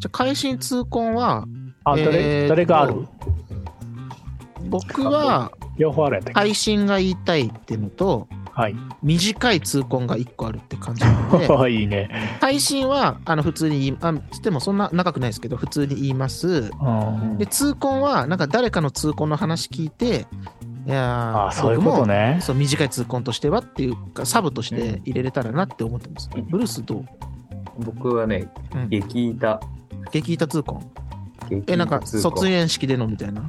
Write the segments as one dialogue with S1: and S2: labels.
S1: じゃあ会心痛恨は
S2: あ、ど
S1: えー
S2: れ、
S1: と
S2: どれがある
S1: 僕は
S2: 両方あるやったっけ
S1: 配信が言いたいっていうのと
S2: はい。
S1: 短い痛恨が1個あるって感じなの で
S2: いいね。
S1: 配信はあの普通に言いあつってもそんな長くないですけど普通に言います
S2: うん。
S1: で痛恨はなんか誰かの痛恨の話聞いていやー
S2: あー、そういうことね。
S1: そう短い痛恨としてはっていうかサブとして入れれたらなって思ってます、ブルースどう、
S3: 僕はね、
S1: うん、
S3: 激板。
S1: 激痛痛恨
S3: 激
S1: えなんか
S3: 板通行
S1: 卒園式でのみたいな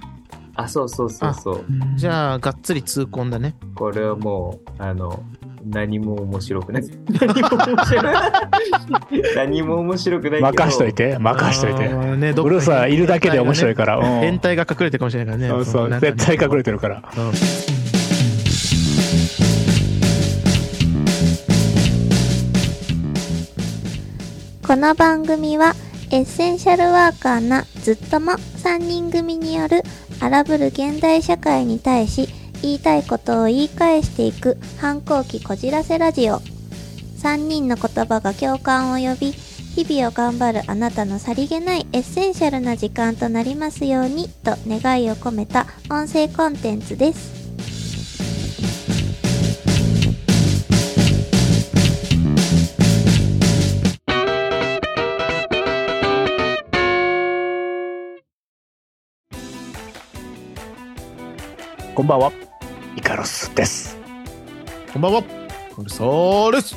S3: あ、そうそうそうそう。
S1: じ
S2: あ、
S1: ゃあがっつり痛恨だね
S3: これはもう、あの、何も面白くない。何も面白くない。何も面白くないけど。
S2: 任しといて、任しといて
S1: あ。ーねどっ
S2: ブ
S1: か
S2: ルースはいるだけで面白いから。う
S1: 変
S2: ん
S1: 態が隠れてるかもしれないから
S2: そ
S1: ね
S2: うそう、絶対隠れてるから。
S1: 対、うん
S4: この番組はエッセンシャルワーカーなずっとも3人組による荒ぶる現代社会に対し言いたいことを言い返していく反抗期こじらせラジオ3人の言葉が共感を呼び日々を頑張るあなたのさりげないエッセンシャルな時間となりますようにと願いを込めた音声コンテンツです
S2: こんばんは。イカロスです。
S1: こんばんはブルースそうです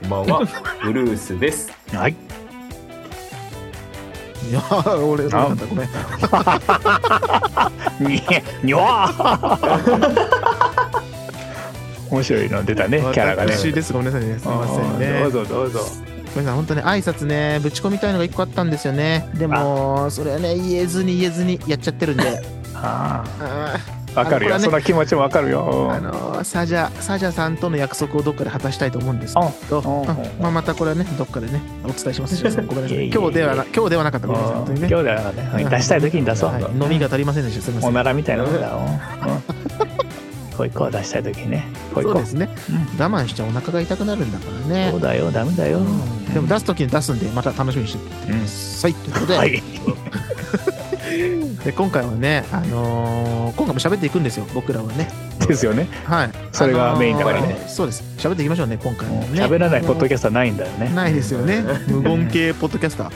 S3: こんばんは。ブルースです。
S2: はい。
S1: いやー俺俺なんだごめん
S2: に、にわー面白いの出たね、キャラがね。
S1: 私ですごめんなさいねすみません
S2: ど
S1: ね
S2: うぞどうぞ。
S1: ごめんなさい本当ね挨拶ねぶち込みたいのが一個あったんですよねでもそれはね言えずに言えずに やっちゃってるんで
S2: あ
S1: あー
S2: あ、わかるよ。
S1: あのこれはね
S2: その気持ちもわかるよ。
S1: あのーサジャサジャさんとの約束をどっかで果たしたいと思うんですけど
S2: ああ
S1: うんまあまたこれはねどっかでねお伝えしますサジャさんごめんなさ
S2: いえい
S1: い
S2: え
S1: 今日ではな今日ではなかったごめんなさい
S2: 今
S1: 本当
S2: 日
S1: にね
S2: ではね、うん出したい時に出そう。
S1: はい飲みが足りませんでしたすみませ
S2: お
S1: ん
S2: ならみたいなもんだ よ。うんこういこう出したい時にね。こうい
S1: そう
S2: こ
S1: ですね、我慢しちゃお腹が痛くなるんだから
S2: う。
S1: ね
S2: そうだよ、ダメだよ。
S1: うんでも出す時に出すんでまた楽しみにしててください、ということで,、
S2: はい。
S1: で今回はね、あのー今回も喋っていくんですよ僕らはね
S2: ですよね。
S1: はい
S2: それがメインだからね
S1: そうです喋っていきましょうね今回も
S2: もう
S1: ね
S2: 喋らないポッドキャストはないんだよね。
S1: ないですよね無言系ポッドキャスタ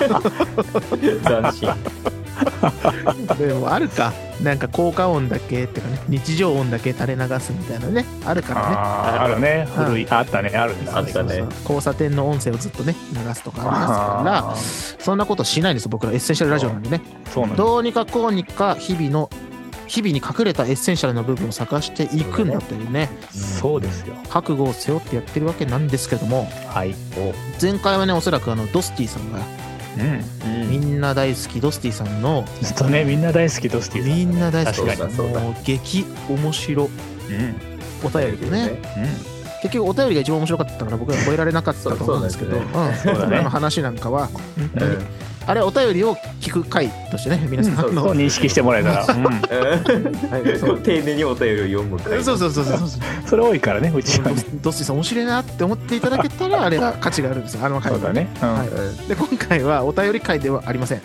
S3: 斬新。
S1: ーでもあるかなんか効果音だけっていうかね日常音だけ垂れ流すみたいなねあるからね
S2: ああ、あるね。
S1: うん
S2: 古い。あったね、あるんだ。
S3: あったね
S1: そうそう交差点の音声をずっとね流すとかありますか
S2: あ
S1: らそんなことしないんですよ僕らエッセンシャルラジオなんでね
S2: ーそうなんだ。
S1: どうにかこうにか日々の日々に隠れたエッセンシャルな部分を探していくんだというね
S2: そうですよ。
S1: 覚悟を背負ってやってるわけなんですけども
S2: はい。
S1: 前回はねおそらくあのドスティさんが
S2: うん。
S3: うん
S1: みんな大好きドスティさんの
S2: ずっとね、みんな大好きドスティさんだね
S1: みんな大好き
S2: 確かに。
S3: そうだそうだ
S1: もう激面白
S2: うん。
S1: お便りでね。
S2: うん。
S1: 結局お便りが一番面白かったから僕ら超えられなかったと思うんですけど
S3: そううん
S2: そうだね
S1: 僕らの話なんかは本当にあれお便りを聞く回としてね皆さんあ
S3: うん
S1: の
S2: そう認識してもらえたら。うん。
S3: うん
S1: そう
S3: こう丁寧にお便りを読む回
S1: そうそうそうそうそう
S2: それ多いからね、うちはね。
S1: ドスティさん面白いなって思っていただけたらあれは価値があるんですよあの回
S2: そうだね。うん
S1: はい
S3: うん
S1: で今回はお便り会ではありません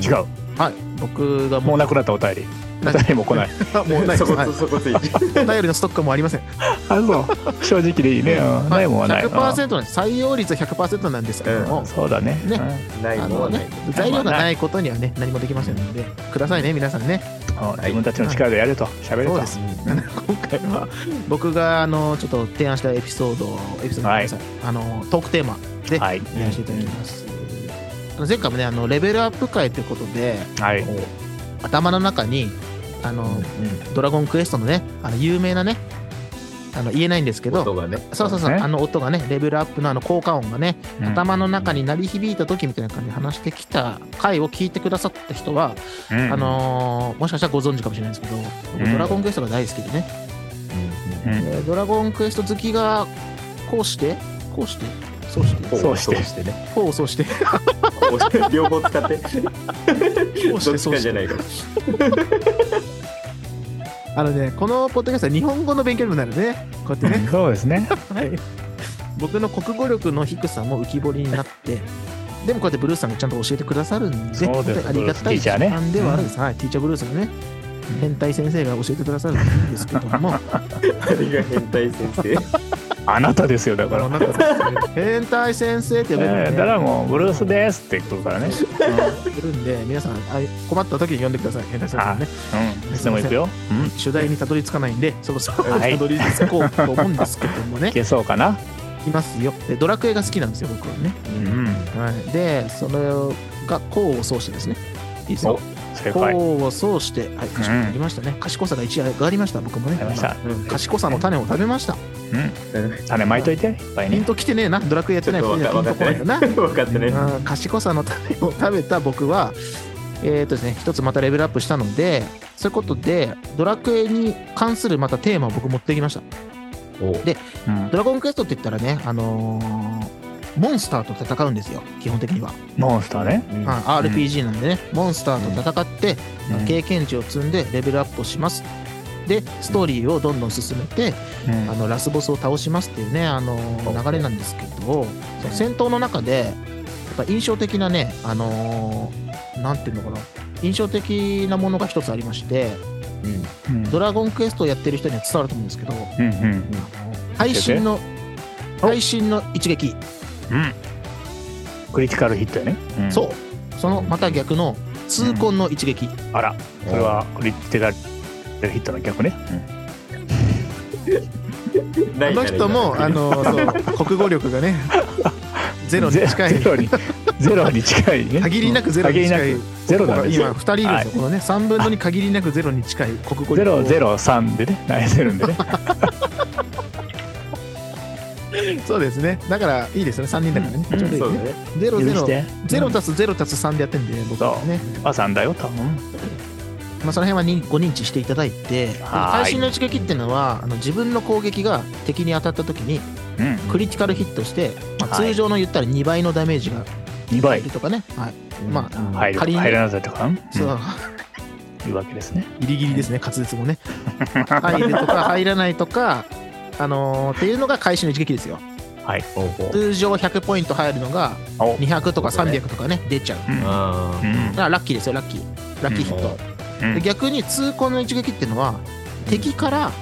S2: 違う。
S1: はい僕が
S2: も
S1: も
S2: うなくなったお便り。お便りも来ない。
S1: う もうないで
S3: そ
S1: す、
S3: こ
S1: はい、
S3: そこついて
S1: お便りのストックもありません
S2: あそう正直でいいね、うん、ないもんはない、
S1: 100%なんです採用率は100%なんですけど
S2: う
S1: も
S2: ん、、そうだね
S1: ね
S3: ない
S1: あ
S3: もの
S1: の
S3: はな
S1: ね
S3: い
S1: 材料がないことにはね何もできませんのでくださいね皆さんね
S2: うんうん自分たちの力でやれと喋れと
S1: そうです今回は僕があのちょっと提案したエピソードエピソードごめんなさいあのトークテーマで
S2: はい
S1: やらせていただきます、あの前回もねあのレベルアップ会ということで
S2: はい
S1: 頭の中にあの、ドラゴンクエストのねあの有名なねあの言えないんですけ
S3: こと
S1: ど
S3: がね
S1: そうそうそう、
S2: ね
S1: あの音がねレベルアップのあの効果音がね、頭の中に鳴り響いた時みたいな感じで話してきた回を聞いてくださった人は、
S2: うん
S1: あのーもしかしたらご存知かもしれないんですけど僕
S2: うん
S1: ドラゴンクエストが大好きでね、
S2: うん
S1: えードラゴンクエスト好きがこうしてこうしてそうして
S3: こ
S2: そうして
S3: ね
S1: こうそうして
S3: こうして両方使って
S1: こうし
S3: どってち
S1: そう
S3: か
S1: し
S3: じ
S1: て
S3: ゃないか
S1: あのね、このポッドキャストは日本語の勉強にもなるね。こうやってね。
S2: そうですね。
S1: はい。僕の国語力の低さも浮き彫りにな って、でもこうやってブルースさんがちゃんと教えてくださるんで、
S2: そう
S1: 本当
S2: です
S1: にありがたい
S2: ブルースティーチ
S1: 時
S2: ャーね
S1: 間ではあるんです。はい、ティーチャーブルースのね、変態先生が教えてくださるんですけども、
S3: あれが変態先生。
S2: あなたですよだ
S1: あ
S2: か
S1: の
S2: ら。
S1: なんか変態先生って呼べるん
S2: え
S1: で、
S2: ーだからもうブルースですってことからね。
S1: いるんで、皆さんあ困った時に呼んでください、変態先生
S2: あ
S1: にね。、
S2: うん。いつでも行くよ。うん。
S1: 主題にたどり着かないんで、そろそろ
S2: はい
S1: たどり着こうと思うんですけどもね
S2: い、けそうかな。
S1: いますよ。で、ドラクエが好きなんですよ、僕はね。
S2: うん。
S1: はい、で、それが功を奏してですね。いいです
S2: お
S1: よ。
S2: 正解。
S1: 功を奏して、はい、賢くなりましたね。賢さが一夜上がりました、僕もね。
S2: ありました。
S3: うん
S1: 賢さの種を食べました。
S2: うん。
S3: うん
S2: 種まいといていっぱい
S1: ピン
S2: ね。
S1: ときてねえな、ドラクエやってない人にはピンとこないよな。
S3: 分かってね。
S1: うん賢さの種を食べた僕は、えーとですね、一つまたレベルアップしたので、そういうことで、ドラクエに関するまたテーマを僕持ってきました。
S3: おう
S2: うん。
S1: ドラゴンクエストって言ったらね、あのーモンスターと戦うんですよ、基本的には。
S2: モンスターね。
S3: うん
S1: はい RPG なんでね、モンスターと戦って、
S2: うん
S1: 経験値を積んでレベルアップをします。で、ストーリーをどんどん進めて、
S2: うん
S1: あのラスボスを倒しますっていうね、あのー流れなんですけど、その戦闘の中で、やっぱ印象的なね、あのーなんていうのかな、印象的なものが一つありまして、
S2: うん
S1: ドラゴンクエストをやってる人には伝わると思うんですけど、
S2: うんうん
S1: 配信の、配信の一撃、
S2: うん。クリティカルヒットやね。うん
S1: そう、そのまた逆の痛恨の一撃。
S2: あら、それはクリティカルヒットの逆ね。
S3: な
S1: あ
S3: いか
S1: の
S3: ら
S1: 人も、あの そう国語力がね、ゼロに近い
S2: ゼ、ロに ゼロに近いね。
S1: 限りなくゼロに近い、
S2: 限りなくゼロなんです
S1: 今、
S2: よ
S1: 2。人いるんです
S2: はい
S1: よ、このね、3分の2限りなくゼロに近い国語力
S2: ゼロ
S1: を
S2: ゼロ三でね、泣いてるんで ね。
S1: そうですね、だからいいですよね、3人だからね、
S2: うん
S1: ちょうどいい
S3: そう
S1: ね
S3: だ、ね。
S1: ゼロ
S2: 許
S1: ゼロ
S2: し、て。
S1: ゼロ足すゼロ足す3でやってんで、僕はね、
S2: は三だよ多分。
S1: まあ、その辺はにご認知していただいて、
S2: はい
S1: 最新の一撃っていうのは、あの自分の攻撃が敵に当たった時に、
S2: うん。
S1: クリティカルヒットして、まあ
S2: はい
S1: 通常の言ったら2倍のダメージが
S2: 二
S1: 入
S2: 倍
S1: るとかね、はいまあ、
S2: 入る
S1: 仮に
S2: 入らなかったとか。うん
S1: そう
S2: いうわけですね。
S1: ギリギリですね、滑舌もね。入るとか入らないとか、あのーっていうのが会心の一撃ですよ。
S2: はい。
S3: ほうほう
S1: 通常100ポイント入るのが
S2: お
S1: 200とか300とかね、出ちゃう。だ
S2: うん
S3: あ
S2: う
S3: ー
S2: ん
S1: からラッキーですよ、ラッキー。ラッキーヒット。
S2: うん
S1: で逆に痛恨の一撃っていうのは、敵から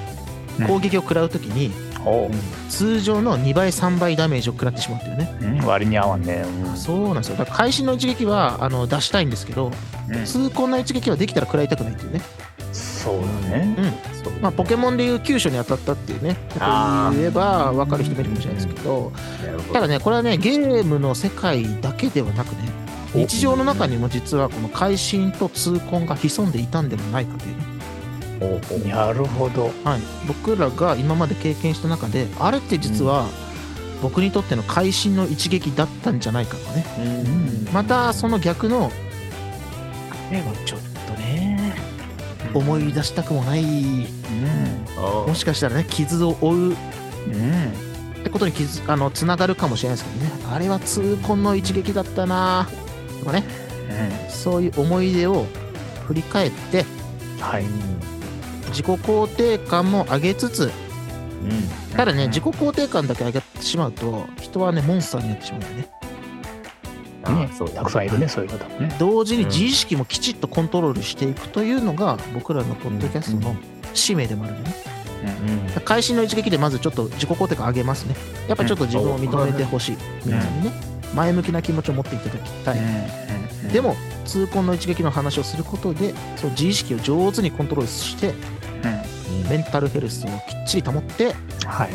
S1: 攻撃を食らうときに、
S2: おう
S1: 通常の2倍、3倍ダメージを食らってしまうっていうね。
S2: うん割に合わんね。
S1: そうなんですよ。だから会心の一撃はあの出したいんですけど、
S2: うんうん
S1: 痛恨の一撃はできたら食らいたくないっていうね。
S2: そうだね。
S1: うん。
S3: そう
S1: まあ、ポケモンでいう九州に当たったっていうね、
S3: あー
S1: 言えば分かる人もいるかもしれないですけど、
S3: なるほ
S1: た
S3: ど
S1: だね、これはね、ゲームの世界だけではなくね、
S2: お
S1: 日常の中にも実はこの会心と痛恨が潜んでいたんではないかというね、
S3: ほうほう
S2: なるほど。
S1: はい、僕らが今まで経験した中で、あれって実は僕にとっての会心の一撃だったんじゃないかとかね、
S3: うん
S1: またその逆の、あれはちょっとね、思い出したくもない、
S2: う。
S3: あ
S1: もしかしたらね、傷を負うん
S2: うん。
S1: ってことに気づあのつながるかもしれないですけどねあれは痛恨の一撃だったなぁとかねそういう思い出を振り返って
S2: うんはい。
S1: 自己肯定感も上げつつ
S3: ー
S1: ただ
S2: う
S1: ね
S2: ん
S1: 自己肯定感だけ上げてしまうと人はねモンスターになってしまうんでね
S3: うん
S2: ね
S3: あそうだ
S2: たくさんいるね、そういう方もね。
S1: 同時に自意識もきちっとコントロールしていくというのが僕らのポッドキャストの使命でもあるんでね
S3: うん
S1: 会心の一撃でまずちょっと自己肯定感上げますねやっぱちょっと自分を認めてほしい皆さんにね前向きな気持ちを持っていただきたい
S2: うんうん
S1: でも痛恨の一撃の話をすることでその自意識を上手にコントロールして
S2: うん
S1: メンタルヘルスをきっちり保って
S2: はい。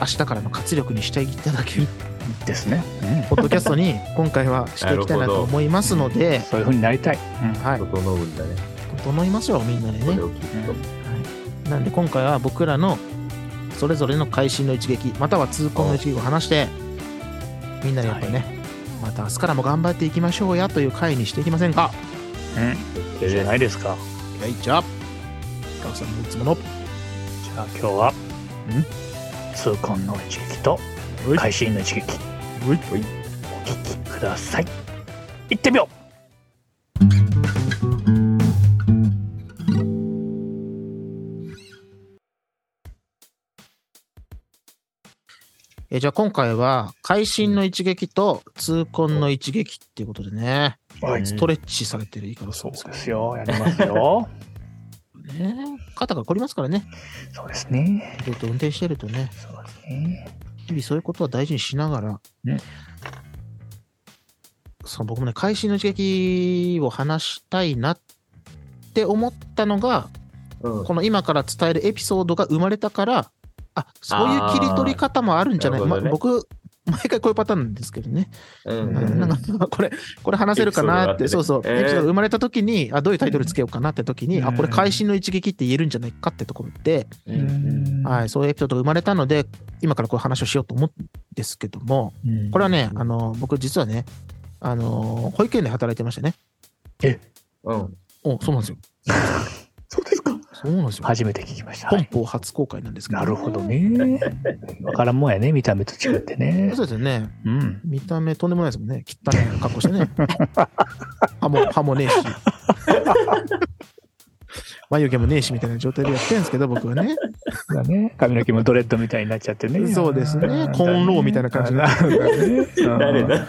S1: 明日からの活力にしていただける
S2: ですね。
S1: ポッドキャスト に今回はしていきたいなと思いますの
S2: うん
S1: で
S2: そういうふうになりたい。うん
S1: はい
S3: 整うんだね。
S1: 整いますよみんなで
S3: こ
S1: ね
S3: れをきっと。
S1: なんで今回は僕らのそれぞれの会心の一撃または痛恨の一撃を話してみんなでやっぱりね、また明日からも頑張っていきましょうやという回にしていきませんか
S2: うん。いいじゃないですか。
S1: はいじゃあガクさんのいつもの
S2: じゃあ今日は、ん痛恨の一撃と
S1: はい
S2: 会心の一
S1: は
S2: 撃、
S1: い
S2: お聞きください。行ってみよう
S1: えじゃあ今回は、会心の一撃と痛恨の一撃っていうことでね、
S2: はい
S3: ん。
S1: ストレッチされてる言い方
S2: そ
S1: そううです
S2: ですよ。やりま すよ。
S1: けどね。肩が凝りますからね。
S2: そうですね。
S1: ずっと運転してるとね、
S2: そうですね。
S1: 日々そういうことは大事にしながら、
S2: ね
S1: そう僕もね、会心の一撃を話したいなって思ったのが、
S3: うん
S1: この今から伝えるエピソードが生まれたから、あそういう切り取り方もあるんじゃない、
S3: あーなるほど
S1: ま
S3: ね
S1: 僕、毎回こういうパターンなんですけどね。
S3: うんうん
S1: なんか、これ、これ話せるかなって、
S3: エピ
S1: そ
S3: ソ
S1: うそ
S3: ード
S1: う、
S3: があってねえー
S1: エピソードが生まれた時に、あ、どういうタイトルつけようかなって時に、
S2: うん
S1: あ、これ、会心の一撃って言えるんじゃないかってところで、
S3: うんうん
S1: はい、そういうエピソードが生まれたので、今からこういう話をしようと思うんですけども、
S2: うん
S1: これはね、あの、僕、実はね、あの、保育園で働いてましてね。
S3: うん
S1: お、そうなんですよ。
S2: そうですか。
S1: そうなんですよ。
S2: 初めて聞きました。は
S1: 本
S2: い
S1: 邦初公開なんですけど。
S2: なるほどね。 わからんもんやね、見た目と違ってね。
S1: そうですよね。
S2: うん。
S1: 見た目とんでもないですもんね。汚い格好してね。歯も、歯もねえし。 眉毛もねえしみたいな状態でやってるんですけど、僕はね。
S2: だね。髪の毛もドレッドみたいになっちゃってね。
S1: そうですね
S2: なんか
S1: コーンローみたいな感じにな
S2: なんかねうん
S3: 誰だ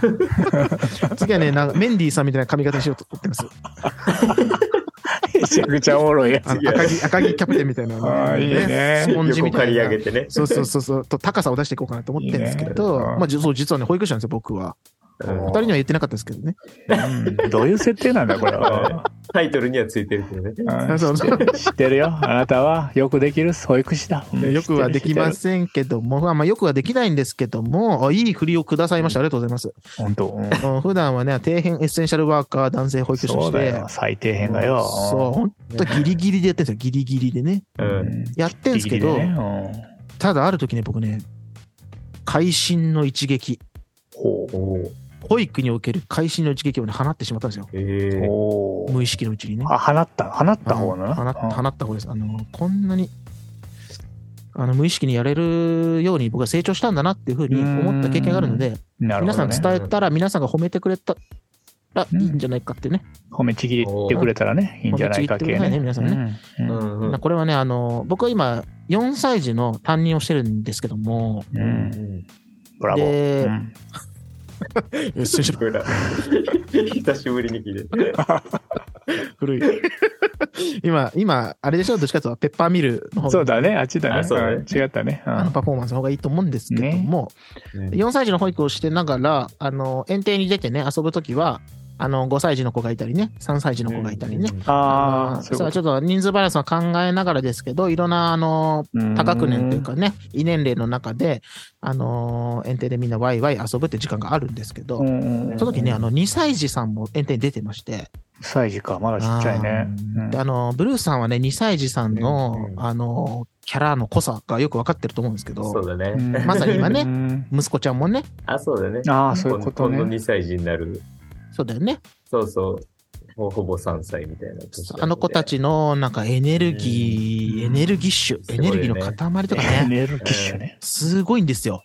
S1: 次はね、なんかメンディーさんみたいな髪型にしようと思ってます。
S2: めちゃくちゃおもろいやつ
S1: あ。の赤木、赤木キャプテンみたいな
S2: あーいいね
S1: スポンジ
S3: 横
S1: みた
S3: 刈
S1: い
S3: り
S1: な
S3: 上。げてね。
S1: そうそうそうそう、と高さを出していこうかなと思ってるんですけど、
S2: いいね
S1: まあ、じそう、実はね、保育士なんですよ、僕は。
S3: うん
S1: 二人には言ってなかったですけどね。
S2: うんどういう設定なんだ、これ は。
S3: タイトルにはついてるけどね。
S2: う ん
S1: そうそう
S2: 知ってるよ。あなたはよくできる保育士だ。うん
S1: よくはできま。せんけども、まあまあ、よくはできないん知ってる知ってる本当うんですけども、あいい振りをくださいました。ありがとうございます。
S2: 知ってる本当。うん
S1: うん普段はね、底辺エッセンシャルワーカー、男性保育士と
S2: そ
S1: し
S2: うだ
S1: て。
S2: よ。最低編がよ。
S1: そう、本当ギリギリでやってるんですよ、ギリギリでね。
S3: う。
S2: うんん。
S1: やってんですけど、
S2: ギリギリでねうん
S1: ただある時ね、僕ね、会心の一撃、
S2: ほ
S3: おー
S1: 保育における会心の一撃をね、放ってしまったんですよ。
S3: え
S2: う
S3: ー
S2: ほう
S1: 無意識のうちにね。
S2: あ、放った、放った方
S1: あ
S2: な。
S1: の放っ放った方です。あの、こんなに、あの、無意識にやれるように僕は成長したんだなっていうふうに思った経験があるので、
S2: うんなる
S1: 皆
S2: ほ
S1: さ
S2: ど
S1: ん
S2: ね。
S1: 伝えたら、皆さんが褒めてくれたらいいんじゃないかってね。
S2: 褒めちぎってくれたらね、いいんじゃないか系
S1: 褒めちぎってくださいね
S2: ね。
S1: 皆さんね
S2: うん。
S3: う
S2: うん
S3: んうん
S1: これはね、あの、僕は今、4歳児の担任をしてるんですけども、
S2: う。
S3: うんん
S2: ブラボ
S1: で
S2: ー。うん
S3: ほら 久しぶりに聞 いて。
S1: 古い。 今、今、あれでしょどっちかというと、ペッパーミルの方
S2: そうだね、あっちだ
S3: あ
S2: ね。
S3: そうだね
S2: うん違ったね。うん
S1: あのパフォーマンスの方がいいと思うんですけども、4歳児の保育をしてながら、あの、園庭に出てね、遊ぶときは、あの、5歳児の子がいたりね、3歳児の子がいたりね。の
S2: ああ、そう
S1: そ
S2: いうう
S1: ち
S2: こ
S1: ょっと人数バランスは考えながらですけど、いろんな、あの、
S2: と。
S1: 多学年というかね、異年齢の中で、あの、園庭でみんなワイワイ遊ぶって時間があるんですけど、
S2: うんうんうん。
S1: その時ね、あの、2歳児さんも園庭に出てまして、
S2: サイジか、まだちっちゃいね。うん
S1: であの、ブルースさんはね、2歳児さんの、
S3: うん
S1: あの、キャラの濃さがよくわかってると思うんですけ
S3: そ
S1: ど、
S3: うだね。
S1: まさに今ね
S2: ね。
S1: 息子ちゃんもね、
S3: あ、そうだね。
S2: ああ、そういうこと
S3: 今度
S2: ね。
S3: 2歳児になる。
S1: そうだよね。
S3: そうそう。ほほぼ3歳みたいな年だね。
S1: あの子たちの、なんかエネルギー、エ
S2: うん
S1: ネルギッシュ、エ
S3: ごいよね
S1: ネルギーの塊とか
S2: エ
S1: ね、
S2: ネルギッシュね。
S1: すごいんですよ。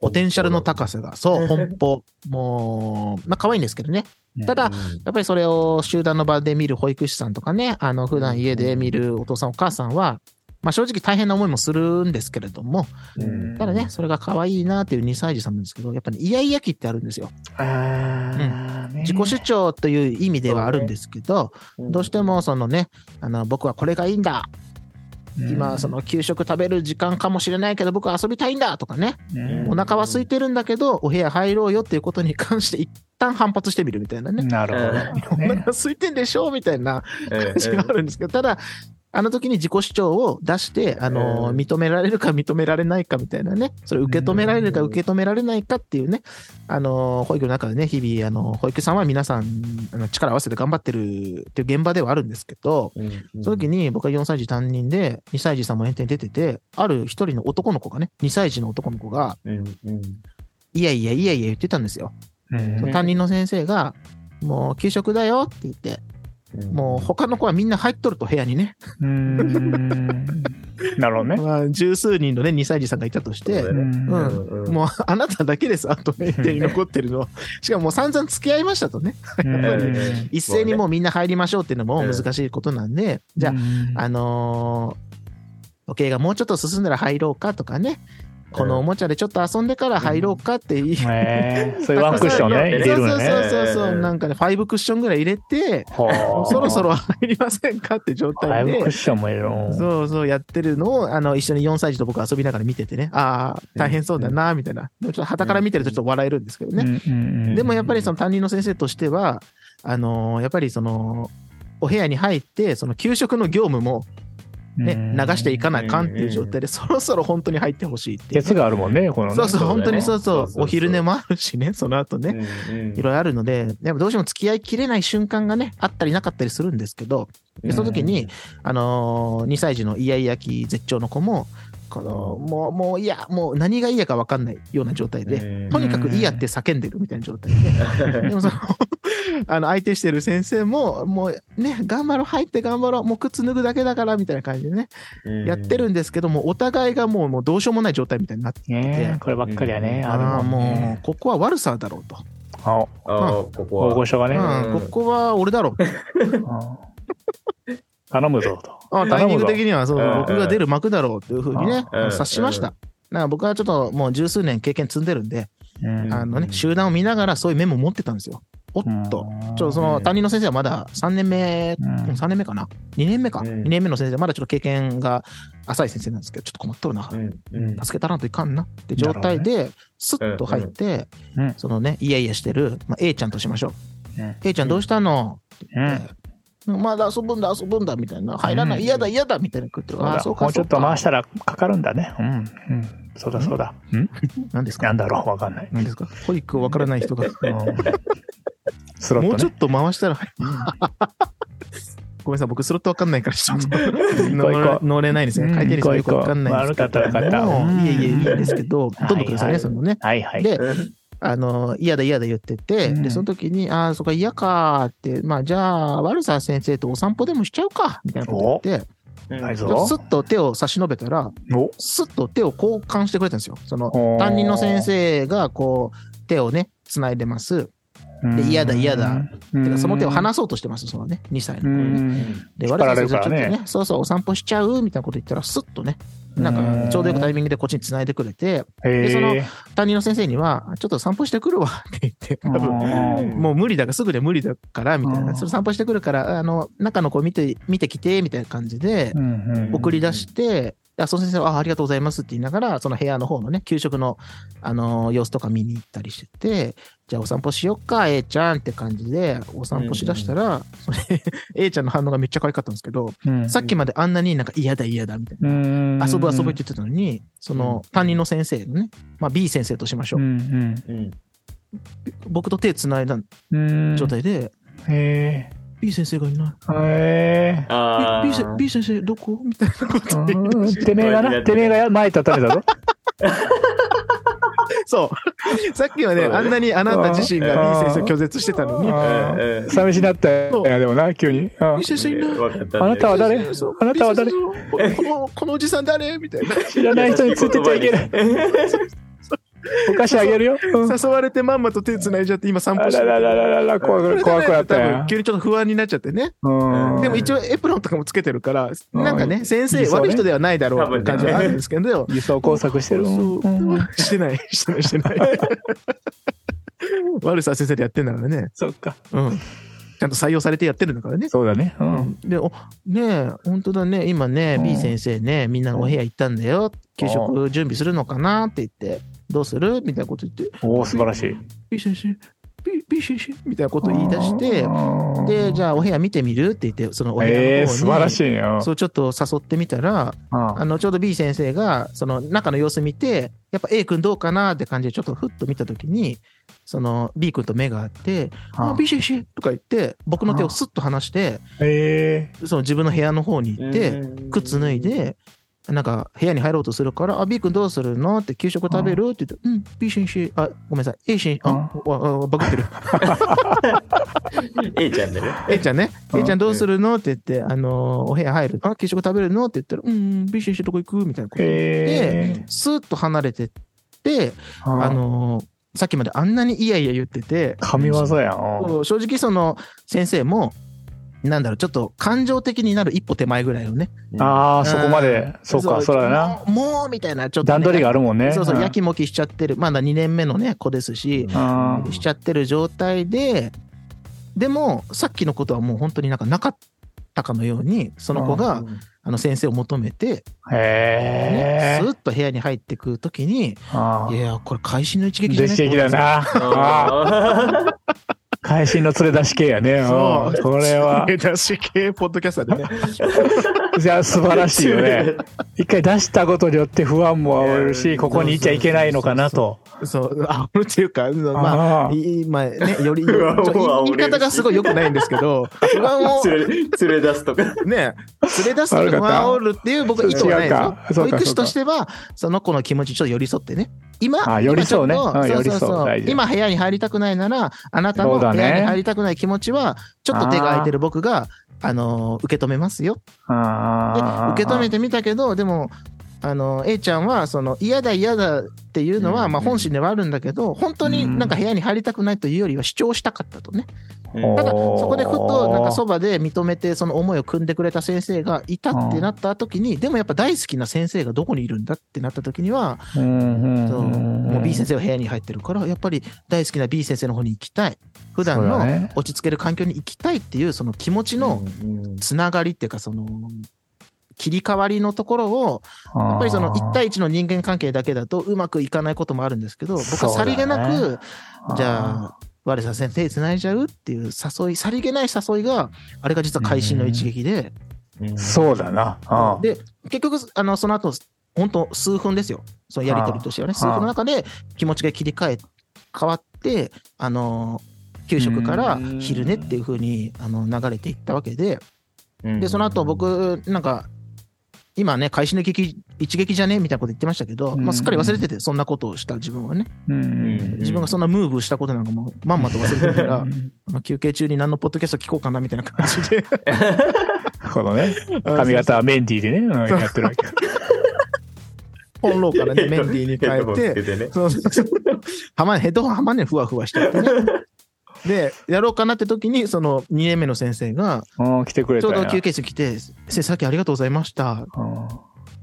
S1: ポテンシャルの高さが。そう、奔放。もう、まあ、可愛いんですけどね。ただ
S3: うん、
S1: やっぱりそれを集団の場で見る保育士さんとかね、あの、普段家で見るお父さんお母さんは、まあ、正直大変な思いもするんですけれども、
S2: うん
S1: ただね、。それが可愛いなっていう2歳児さんなんですけど、やっぱり、ね、イヤイヤ期ってあるんですよ。
S2: あーね
S1: 自己主張という意味ではあるんですけど、どうしてもそのね、あの僕はこれがいいんだ、今そ、の給食食べる時間かもしれないけど、僕は遊びたいんだとかね、
S2: うん
S1: お腹は空いてるんだけど、お部屋入ろうよっていうことに関して、一旦反発してみるみたいなね、
S2: なるほど
S1: お腹
S2: ね。
S1: 空いてんでしょみたいな
S3: うん
S1: 話があるんですけど、ただ、あの時に自己主張を出して、あの
S3: うん
S1: 認められるか認められないかみたいなね、それ受け止められるか
S3: うん
S1: 受け止められないかっていうね、あの保育の中でね、日々、あの保育士さんは皆さん、あの力を合わせて頑張ってるっていう現場ではあるんですけど、
S3: うんう ん
S1: その時に僕は4歳児担任で、2歳児さんも園庭に出てて、ある一人の男の子がね、2歳児の男の子が、
S3: うんうん
S1: いやいやいやいや言ってたんですよ。
S2: うん
S1: その担任の先生が、もう給食だよって言って、
S3: うん
S1: もう他の子はみんな入っとると部屋にね、
S2: うんなるほどね。
S1: まあ、十数人のね、2歳児さんがいたとして、
S3: そうだね
S1: うんんもうあなただけです、あと園庭に残ってるのは。しかももう散々付き合いましたとね、
S2: うん
S1: 一斉にもうみんな入りましょうっていうのも
S3: うん
S1: 難しいことなんで、じゃ
S2: うん
S1: あ、あのー時計がもうちょっと進んだら入ろうかとかね、このおもちゃでちょっと遊んでから入ろうかっていい、
S2: え ー、そういうワンクッションね入れるのね
S1: そうそうそうそうそうなんかね5クッションぐらい入れて
S2: はあ
S1: そろそろ入りませんかって状
S2: だい
S1: 態
S2: ぶ
S1: で
S2: クッションもいるの
S1: そうそうやってるのをあの一緒に4歳児と僕は遊びながら見ててねああ大変そうだなみたいなでもちょっと傍から見てるとちょっと笑えるんですけどね、
S2: うんうんうん
S1: でもやっぱりその担任の先生としては、あのーやっぱりその、お部屋に入って、その給食の業務も、ね、
S2: うん
S1: 流していかなあかんっていう状態で、そろそろ本当に入ってほしいっていうね、
S2: 熱があるもんねこのね
S1: そうそう、本当にそうそ
S3: そうそう
S1: う、
S3: そう
S1: お昼寝もあるしね、その後ね、いろいろあるので、やっぱどうしても付き合いきれない瞬間がね、あったりなかったりするんですけど、でその時に、あのー、2歳児のイヤイヤ期絶頂の子も、このもう、もう、いや、もう何が嫌か分かんないような状態で、とにかくいいやって叫んでるみたいな状態で、でもその あの相手してる先生ももうね頑張ろう入って頑張ろうもう靴脱ぐだけだからみたいな感じでね、やってるんですけどもお互いがもうもうどうしようもない状態みたいになって
S2: ねこればっかりはね
S3: うん
S1: あ
S2: ある
S1: ー
S2: もん
S1: も
S2: ね
S1: うここは悪さだろうと、
S2: あ
S3: ああ、ここ
S2: 大
S3: は
S2: 御。所がね
S1: うん
S3: うん
S1: ここは俺だろうと
S2: うん頼むぞと
S1: あタイミング的にはそう
S3: うん
S1: 僕が出る幕だろうというふうにね
S3: うん
S1: 察しました
S3: う
S1: だから僕はちょっともう十数年経験積んでるんで
S2: うん
S1: あの
S3: う
S1: ね
S3: ん
S1: 集団を見ながらそういう面も持ってたんですよおっとちょっとその担任の先生はまだ3年目
S2: うん
S1: もう3年目かな2年目か、
S3: う
S1: 二
S3: ん
S1: 2年目の先生まだちょっと経験が浅い先生なんですけどちょっと困っとるな、
S3: うんうん
S1: 助けたらんといかんなって状態で、スッと入って、
S2: うんうん
S1: そのねイヤイヤしてる、まあ、A ちゃんとしましょう、
S2: うん
S1: A ちゃんどうしたの、
S2: うん
S1: まだ遊ぶんだ遊ぶんだみたいな入らな
S2: う
S1: い
S2: ん
S1: 嫌だ嫌だみたいなこと言ってる
S2: そう
S1: あ
S2: だ
S1: ーそう
S2: も
S1: か
S2: うち
S1: そ
S2: ょっ
S1: うか
S2: と回したらかかるんだねうんうんそうだそうだうん
S1: 何ですか
S2: なんだろうわかんない
S1: 何ですか保育わからない人が
S2: うんスロ
S1: も
S2: ッ
S1: うち
S2: ト
S1: ょっ
S2: ね
S1: と回したらごめんなさい僕スロットわかんないからちょっと
S2: こう行こ
S1: 乗れ
S2: う
S1: 乗れないですね回転率がよくわかんないんです
S2: 悪
S1: け
S2: か
S1: ど
S2: った悪かった
S1: もう
S2: うん
S1: いえいえいいんですけど、
S2: い
S1: どんどんください
S2: は
S1: ね、
S2: い
S1: そのね。
S2: はいはい
S1: で、
S3: うん
S1: あの、嫌だ嫌だ言ってて、
S2: うん
S1: で、その時に、ああ、そっか嫌かーって、まあ、じゃあ、悪さ先生とお散歩でもしちゃうか、みたいなこと言って、
S2: はいぞお
S1: スッと手を差し伸べたら、
S2: お
S1: スッと手を交換してくれたんですよ。その
S2: おー、
S1: 担任の先生が、こう、手をね、繋いでます。で嫌だ嫌だてか、その手を離そうとしてます、そのね、2歳の子
S2: う
S1: にね。
S2: ん
S1: で、
S2: 引っ
S1: 悪
S2: 張ら
S1: さ先
S2: れる
S1: 生が
S2: か
S1: ちょ
S2: ら
S1: っと
S2: ね
S1: ね、そうそう、お散歩しちゃうみたいなこと言ったら、スッとね、なんか、ちょうどよくタイミングでこっちに繋いでくれて、
S2: へー
S1: その担任の先生には、ちょっと散歩してくるわって言って、多分
S2: うん
S1: もう無理だから、すぐで無理だから、みたいうな。
S2: ん
S1: それ散歩してくるから、あの、中の子見て、見てきて、みたいな感じで、
S2: うんうん
S1: 送り出して、あその先生は、あありがとうございますって言いながら、その部屋の方のね、給食の、あの、様子とか見に行ったりしてて、じゃあお散歩しよっか、A ちゃんって感じで、お散歩しだしたら、それ A ちゃんの反応がめっちゃ可愛かったんですけど、
S2: うん
S1: さっきまであんなになんか嫌だ嫌だみたいな。
S2: うん
S1: 遊ぶ遊ぶって言ってたのに、その担任の先生のね、まあ B 先生としましょ
S2: う
S1: う。
S2: ん
S3: うん
S1: 僕と手繋いだ
S2: うんうん
S1: 状態で、
S2: へ
S1: B 先生がいない。
S2: ーへー
S3: ああ。
S1: B, B 先 B 先生どこみたいなことで、
S2: うんてめえが なてめえが前に立たれた ぞ
S1: そうさっきはね
S3: そうだね
S1: あんなにあなた自身が
S2: あー
S1: B 先生を拒絶してたのに
S2: あー
S3: うんうん
S2: 寂しになったよでもな急にうん
S1: B 先生いない
S3: わかった
S2: あなたは誰
S1: そう
S2: あなたは誰
S1: B 先生このこのおじさん誰みたいな
S2: 知らない人についてっちゃいけないお菓子あげるようん
S1: 誘われてまんまと手繋いじゃって今散
S2: あ
S1: 歩して
S2: ら
S1: る
S2: ららららら怖く怖くなった
S1: 多
S2: よ
S1: 分急にちょっと不安になっちゃってね
S2: うん
S1: でも一応エプロンとかもつけてるから
S2: うん
S1: なんかね先生
S2: そうね
S1: 悪い人ではないだろうっていう感じはあるんですけ ど
S2: 輸送工作してる
S1: そう
S2: うん
S1: してないしてないしてない 悪さ先生でやってんだからね
S2: そっか
S1: うんちゃんと採用されてやってるんだからね
S2: そうだねうん
S1: で、おねえ、本当だね、今ね、
S2: うん
S1: B 先生ね、みんなお部屋行ったんだよ、給食準備するのかなって言って、どうするみたいなこと言って、
S2: おお素晴らしい
S1: B 先生、B, B 先生みたいなこと言い出して、
S2: うん
S1: で、じゃあお部屋見てみるって言って、そのお部屋の方に、
S2: えー、素晴らしいよ。
S1: そうちょっと誘ってみたら、あのちょうど B 先生がその中の様子見て、やっぱ A 君どうかなって感じで、ちょっとふっと見たときに、その B 君と目があって、あ、B 先生とか言って、僕の手をスッと離して、
S2: え
S1: その自分の部屋の方に行って、靴脱い、で、なんか部屋に入ろうとするから、あ、B 君どうするのって給食食べるって言って、うん、B 先生、あ、ごめんなさい、A 先生、あ、わあバグ ってる。
S3: うん A ちゃんだね。
S1: A ちゃんね、
S2: う ん
S1: A ちゃんどうするのって言って、あのーお部屋入る。あ、給食食べるのって言ったら、うん、B 先生どこ行くみたいなこと。
S2: ー、え
S1: で、スーッと離れてって、
S2: ー、あ
S1: あ
S2: の
S1: のーさっきまであんなにイヤイヤ言ってて、
S2: 神業やん。
S1: 正直その先生も、なんだろう、ちょっと感情的になる一歩手前ぐらいのね。
S2: ああ、そこま
S1: ん
S2: で、そうか、そうだよな。。
S1: もう、もうみたいな、ちょっとね、
S2: 段取りがあるもんね。
S1: そうそう、
S2: ん
S1: やきもきしちゃってる。まだ2年目のね、子ですし、
S2: あ
S1: しちゃってる状態で、でも、さっきのことはもう本当になんかなかったかのように、その子が、あの先生を求めて、ね、
S2: ーへえ
S1: スー。ッと部屋に入ってくるときに、
S2: あ
S1: い
S2: ー
S1: や、これ、会心の一撃じゃない
S2: 絶撃だ。な。あー
S3: あ
S2: 会心の連れ出し系やね。
S1: そう
S2: うんこれ は。
S1: 出し系ポッドキャスターでね。
S2: いや、素晴らしいよね。一回出したことによって不安も煽れる
S3: い
S2: し、
S3: や
S2: ここにいちゃいけないのかなと。
S1: そう、あおるっていうか、まあ、
S2: ああ
S1: いいまあね、よ り、ち
S3: うわ
S1: ょ
S3: もう
S1: 言い言い方がすごい良くないんですけど、不安を
S3: 連れ連れ出すとか。
S1: ね、連れ出すと不安を煽るっていう僕は意図はないですよ
S2: 違うか。そう
S1: 保
S2: か
S1: 育士としては、その子の気持ちちょっと寄り添ってね。今、
S2: あ寄り添うね
S1: 今ちょっとそうそ
S2: うん寄り
S1: うそ
S2: 添う
S1: う
S2: 大事
S1: 今部屋に入りたくないなら、あなた
S2: そ
S1: の
S2: うだ
S1: 部
S2: ね
S1: 屋に入りたくない気持ちは、ちょっと手が空いてる僕が、あの、受け止めますよ。で
S2: あー
S1: 受け止めてみたけど、でも、あの A ちゃんはその嫌だ嫌だっていうのは
S3: うん
S1: まあ本心ではあるんだけど本当になんか部屋に入りたくないというよりは主張したかったとね
S3: うん
S1: ただ
S2: おー
S1: そこでふとなんかそばで認めてその思いを汲んでくれた先生がいたってなった時にでもやっぱ大好きな先生がどこにいるんだってなった時には
S2: うんうん
S1: そうもう B 先生
S2: 生
S1: は部屋に入ってるからやっぱり大好きな B 先生の方に行きたい普段
S2: そうだ
S1: の
S2: ね
S1: 落ち着ける環境に行きたいっていうその気持ちの
S3: うん
S1: つながりっていうかその切り替わりのところをやっぱりその1対1の人間関係だけだとうまくいかないこともあるんですけど僕はさりげな
S2: そうだ
S1: く、じゃあ我させん手つないじゃうっていう誘いさりげない誘いがあれが実は会心の一撃で、
S3: うん
S2: そうだな。うん
S1: で結局あのその後本当数分ですよそのやり取りとしてはね
S2: あ
S1: 数分の中で気持ちが切り替え変わってあの給食から昼寝っていう風にあの流れていったわけで、で、その後、僕、なんか、今ね、会心の一撃一撃じゃねみたいなこと言ってましたけど、
S2: うん
S1: まあ、すっかり忘れてて、そんなことをした自分はね。
S2: う
S3: うん
S2: ん
S1: 自分がそんなムーブしたことなんかも、まんまと忘れてるから、
S2: な
S1: まあ休憩中に何のポッドキャスト聞こうかなみたいな感 じで。
S2: るほどね。髪型はメンディーでね、うんやってるわけ。
S1: 本楼からね、メンディーに
S3: ヘッドホン
S1: 変え
S3: つ
S1: て、
S3: けてね。
S1: そうそうそうはまヘッドホンはまね、ふわふわしててね。で、やろうかなって時に、その2年目の先生が、
S2: うん来てく
S1: ち
S2: れた
S1: ょうん
S2: や
S1: ど休憩室来て、先生、さっきありがとうございました。
S2: うん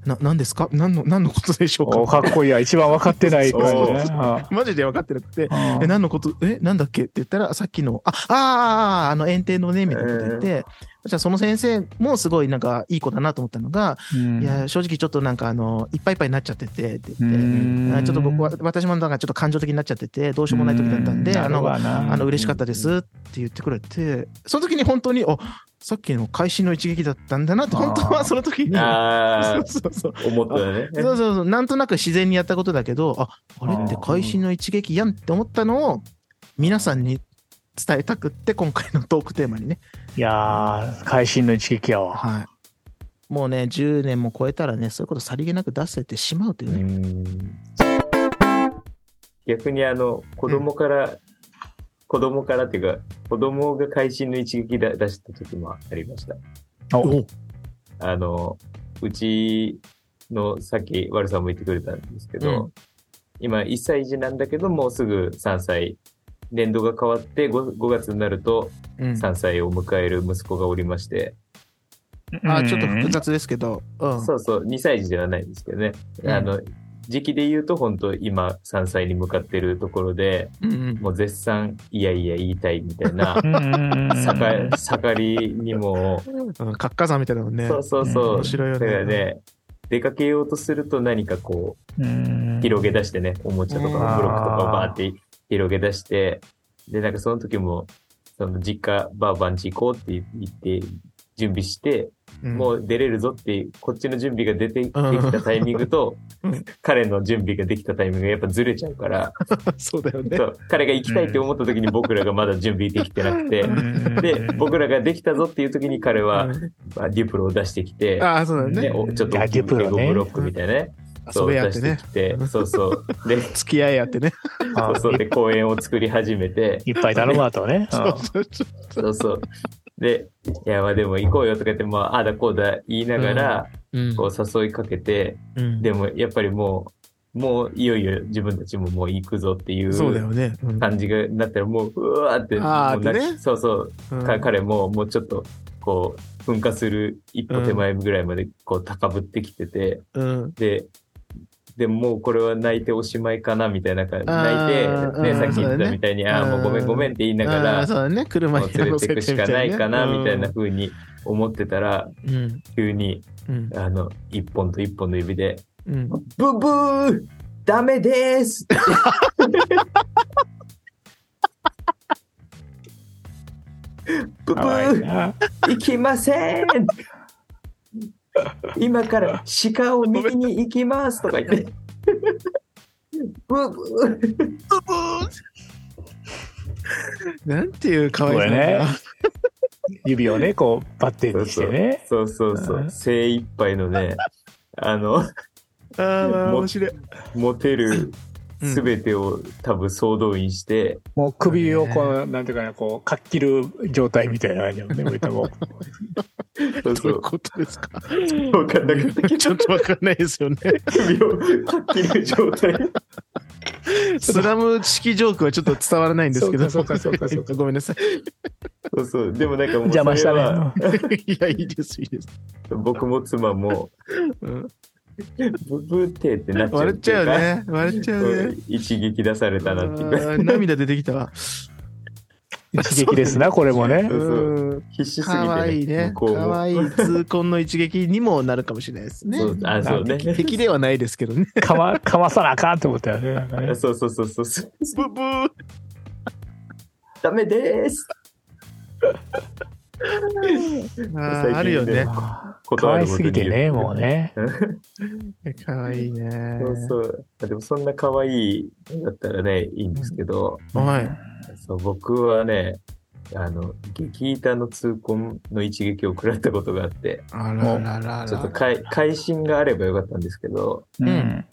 S1: な、何ですか何の、何のことでしょうか
S2: おかっこいいや、一番分かってない感じね
S3: そ
S1: マジで分かってなくて、
S2: うん
S1: え、何のこと、え、なんだっけって言ったら、さっきの、あ、あーあー、あの、園庭のね、みたいなこと言って、じゃあその先生もすごいなんかいい子だなと思ったのが、
S2: うん
S1: いや、正直ちょっとなんかあの、いっぱいいっぱいになっちゃってて、って
S2: う
S1: 言って、
S2: ん
S1: あちょっと僕は、私もなんかちょっと感情的になっちゃってて、どうしようもない時だったんで、
S2: う
S1: あ
S2: なる
S1: の、
S2: わな
S1: あの、嬉しかったですって言ってくれて、その時に本当に、お、さっきの会心の一撃だったんだなって、本当は その時に、
S3: あ
S1: そ
S3: あ
S1: う、そうそう。
S3: 思ったよね。
S1: そうそうそう、なんとなく自然にやったことだけど、あ、あれって会心の一撃やんって思ったのを、皆さんに伝えたくって、今回のトークテーマにね。
S2: いやー、会心の一撃やわ。
S1: はい。もうね、10年も超えたらね、そういうことさりげなく出せてしまうという
S3: う
S1: ね。
S3: ん逆にあの子供から、子供からっていうか子供が会心の一撃だ出した時もありました
S2: うん
S1: お
S3: あのうちのさっきワルさんも言ってくれたんですけど、
S1: う
S3: 今1歳児なんだけどもうすぐ3歳年度が変わって 5, 5月になると
S1: うん、
S3: 3歳を迎える息子がおりまして、
S1: あ、ちょっと複雑ですけど、うん。
S3: そうそう2歳児ではないんですけどね、
S1: うん
S3: あの時期で言うと本当今3歳に向かってるところで、
S1: うんうん
S3: もう絶賛、いやいや言いたいみた いな
S2: う、んうんうんうん
S3: 盛り盛りにも、
S1: うん。活火山みたいなもんね。
S3: そうそうそう、
S1: 面白いよ
S3: だから
S1: ね。
S3: ね、出かけようとすると何かこう、
S2: うん
S3: 広げ出してね、おもちゃとかブロックとか
S2: あ
S3: を
S2: ー
S3: バーって広げ出して、で、なんかその時も、その実家、ばあばんち行こうって言って、準備して、
S1: うん
S3: もう出れるぞって、こっちの準備が出て、できたタイミングと
S1: うん、
S3: 彼の準備ができたタイミングがやっぱずれちゃうから、
S1: そうだよね
S3: そ。う彼が行きたいって思った時に僕らがまだ準備できてなくて
S2: う、ん
S3: で、僕
S2: ら
S3: らができたぞっていう時に彼は、
S1: うん
S3: まあデュプロを出してきて、
S1: ああ、そうだよね
S3: ね、。おちょっと
S2: いや
S3: 大きい
S2: デュプロね
S3: レゴブロックみたいなね、
S1: 遊
S3: そう
S1: べや
S3: 出
S1: っ
S3: してて
S1: ね
S3: き。て、そうそう。で、そ
S1: 付き合いやってね。
S3: うそう。で、公園を作り始めて、
S2: いっぱい頼むわとね。うん
S1: そうそうそう
S3: そうそう。で、いや、まあでも行こうよとか言って、まあ、ああだこうだ言いながら、
S1: うん
S3: こう誘いかけて、
S1: うん
S3: でもやっぱりもう、もういよいよ自分たちももう行くぞっていう
S1: そうだよね。うん
S3: 感じがなったら、もう、うわーって、
S1: あー
S3: もうな
S1: ってね
S3: そうそう、
S1: うん
S3: か彼ももうちょっとこう、噴火する一歩手前ぐらいまで、こう、高ぶってきてて、
S1: うん。
S3: で、でもうこれは泣いておしまいかなみたいな感じ
S1: あー
S3: 泣いて、ね、
S1: うん
S3: さっき言
S1: そう
S3: っ
S1: だね
S3: たみたいに、ああ、もうごめ
S1: うん
S3: んごめんって言いなが
S1: あ
S3: ら
S1: あ、、そうだね。車
S3: も
S1: に
S3: う連れ
S1: 乗
S3: て
S1: せ
S3: い
S1: て
S3: く
S1: み
S3: したか
S1: いな
S3: な
S1: ね
S3: いかな、みたいな。風に思ってたら、
S1: うん。
S3: 急に、
S1: うん。
S3: あの、一本と一本の指で、
S1: うん。
S3: ブブーダメです ってブブ
S2: かわいい
S3: ー
S2: な。
S3: 行きません今から鹿を見に行きますとか言って。ブブー
S1: なんていう可愛
S2: こ
S1: さな
S2: れ
S1: んだよ
S2: ね。指をね、こう、バッテンにしてね。
S3: そうそうそうう。
S2: ん
S3: 精一杯のね、あの、
S1: ああ、面白い。
S3: モテるすべてを多分総動員して、
S2: もう首をこう、なんていうかな、こう、かっきる状態みたいな感じだもんね、森田も。
S3: そう
S1: ど
S3: そ う
S1: いう
S3: う。
S1: ことですか
S3: わかんなかったけ ど、
S1: ちょっとわかんないですよね。
S3: 首をかっきる状態。
S1: スラム式ジョークはちょっと伝わらないんですけど。
S2: そうかそうかそうかそうか
S1: ごめんなさい。
S3: そうそう。でもなんかもう、
S2: 邪魔した
S3: それは
S2: ね。
S1: い や、いいです、いいです。
S3: 僕も妻も、
S1: うん、
S3: ブブーテーってなっちゃう。
S1: 笑っちゃう。ね。笑っちゃうね。
S3: 一撃出されたなっていうか、
S1: あー涙出てきたわ。
S2: 一撃ですな、これもね
S3: そ。うそう
S1: うん
S3: 必死すぎて、
S1: かわいいね。
S3: 向
S1: か
S3: こうも
S1: わいい痛恨の一撃にもなるかもしれないです ね
S3: そ。うあ、そうね。
S1: 敵ではないですけどね。
S2: かま、 かまさなあかんと思ったよね。なんかね
S3: そうそうそうそうそう。
S1: ブブー
S3: ダメです。
S1: あ
S3: 最
S1: ー
S3: 近
S1: あるよね。
S2: か
S3: 断
S2: わ
S3: る
S2: い
S3: ごと
S2: す
S3: に言
S2: ぎ
S3: う
S2: てね、もう。ね。
S1: かわいいね。
S3: そうそう。あでもそんな可愛いんだったらね、いいんですけど、
S1: はい。
S3: そう僕はね、あの、激板の痛恨の一撃を食らったことがあって、
S1: あららら
S3: ちょっと
S1: ら。
S3: 会会心があればよかったんですけど、
S1: ん
S2: うん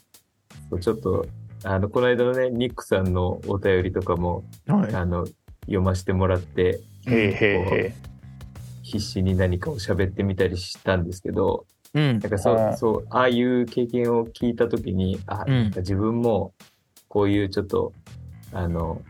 S3: そうちょっと、あの、この間のね、ニックさんのお便りとかも、
S1: はい
S3: あの、読ませてもらって、
S2: へいへいへ
S3: 必死に何かを喋ってみたりしたんですけど、
S1: うん
S3: なんかそ
S2: あー
S3: う、そう、ああいう経験を聞いたときに、あ、
S1: うん
S3: なんか自分も、こういうちょっと、あの、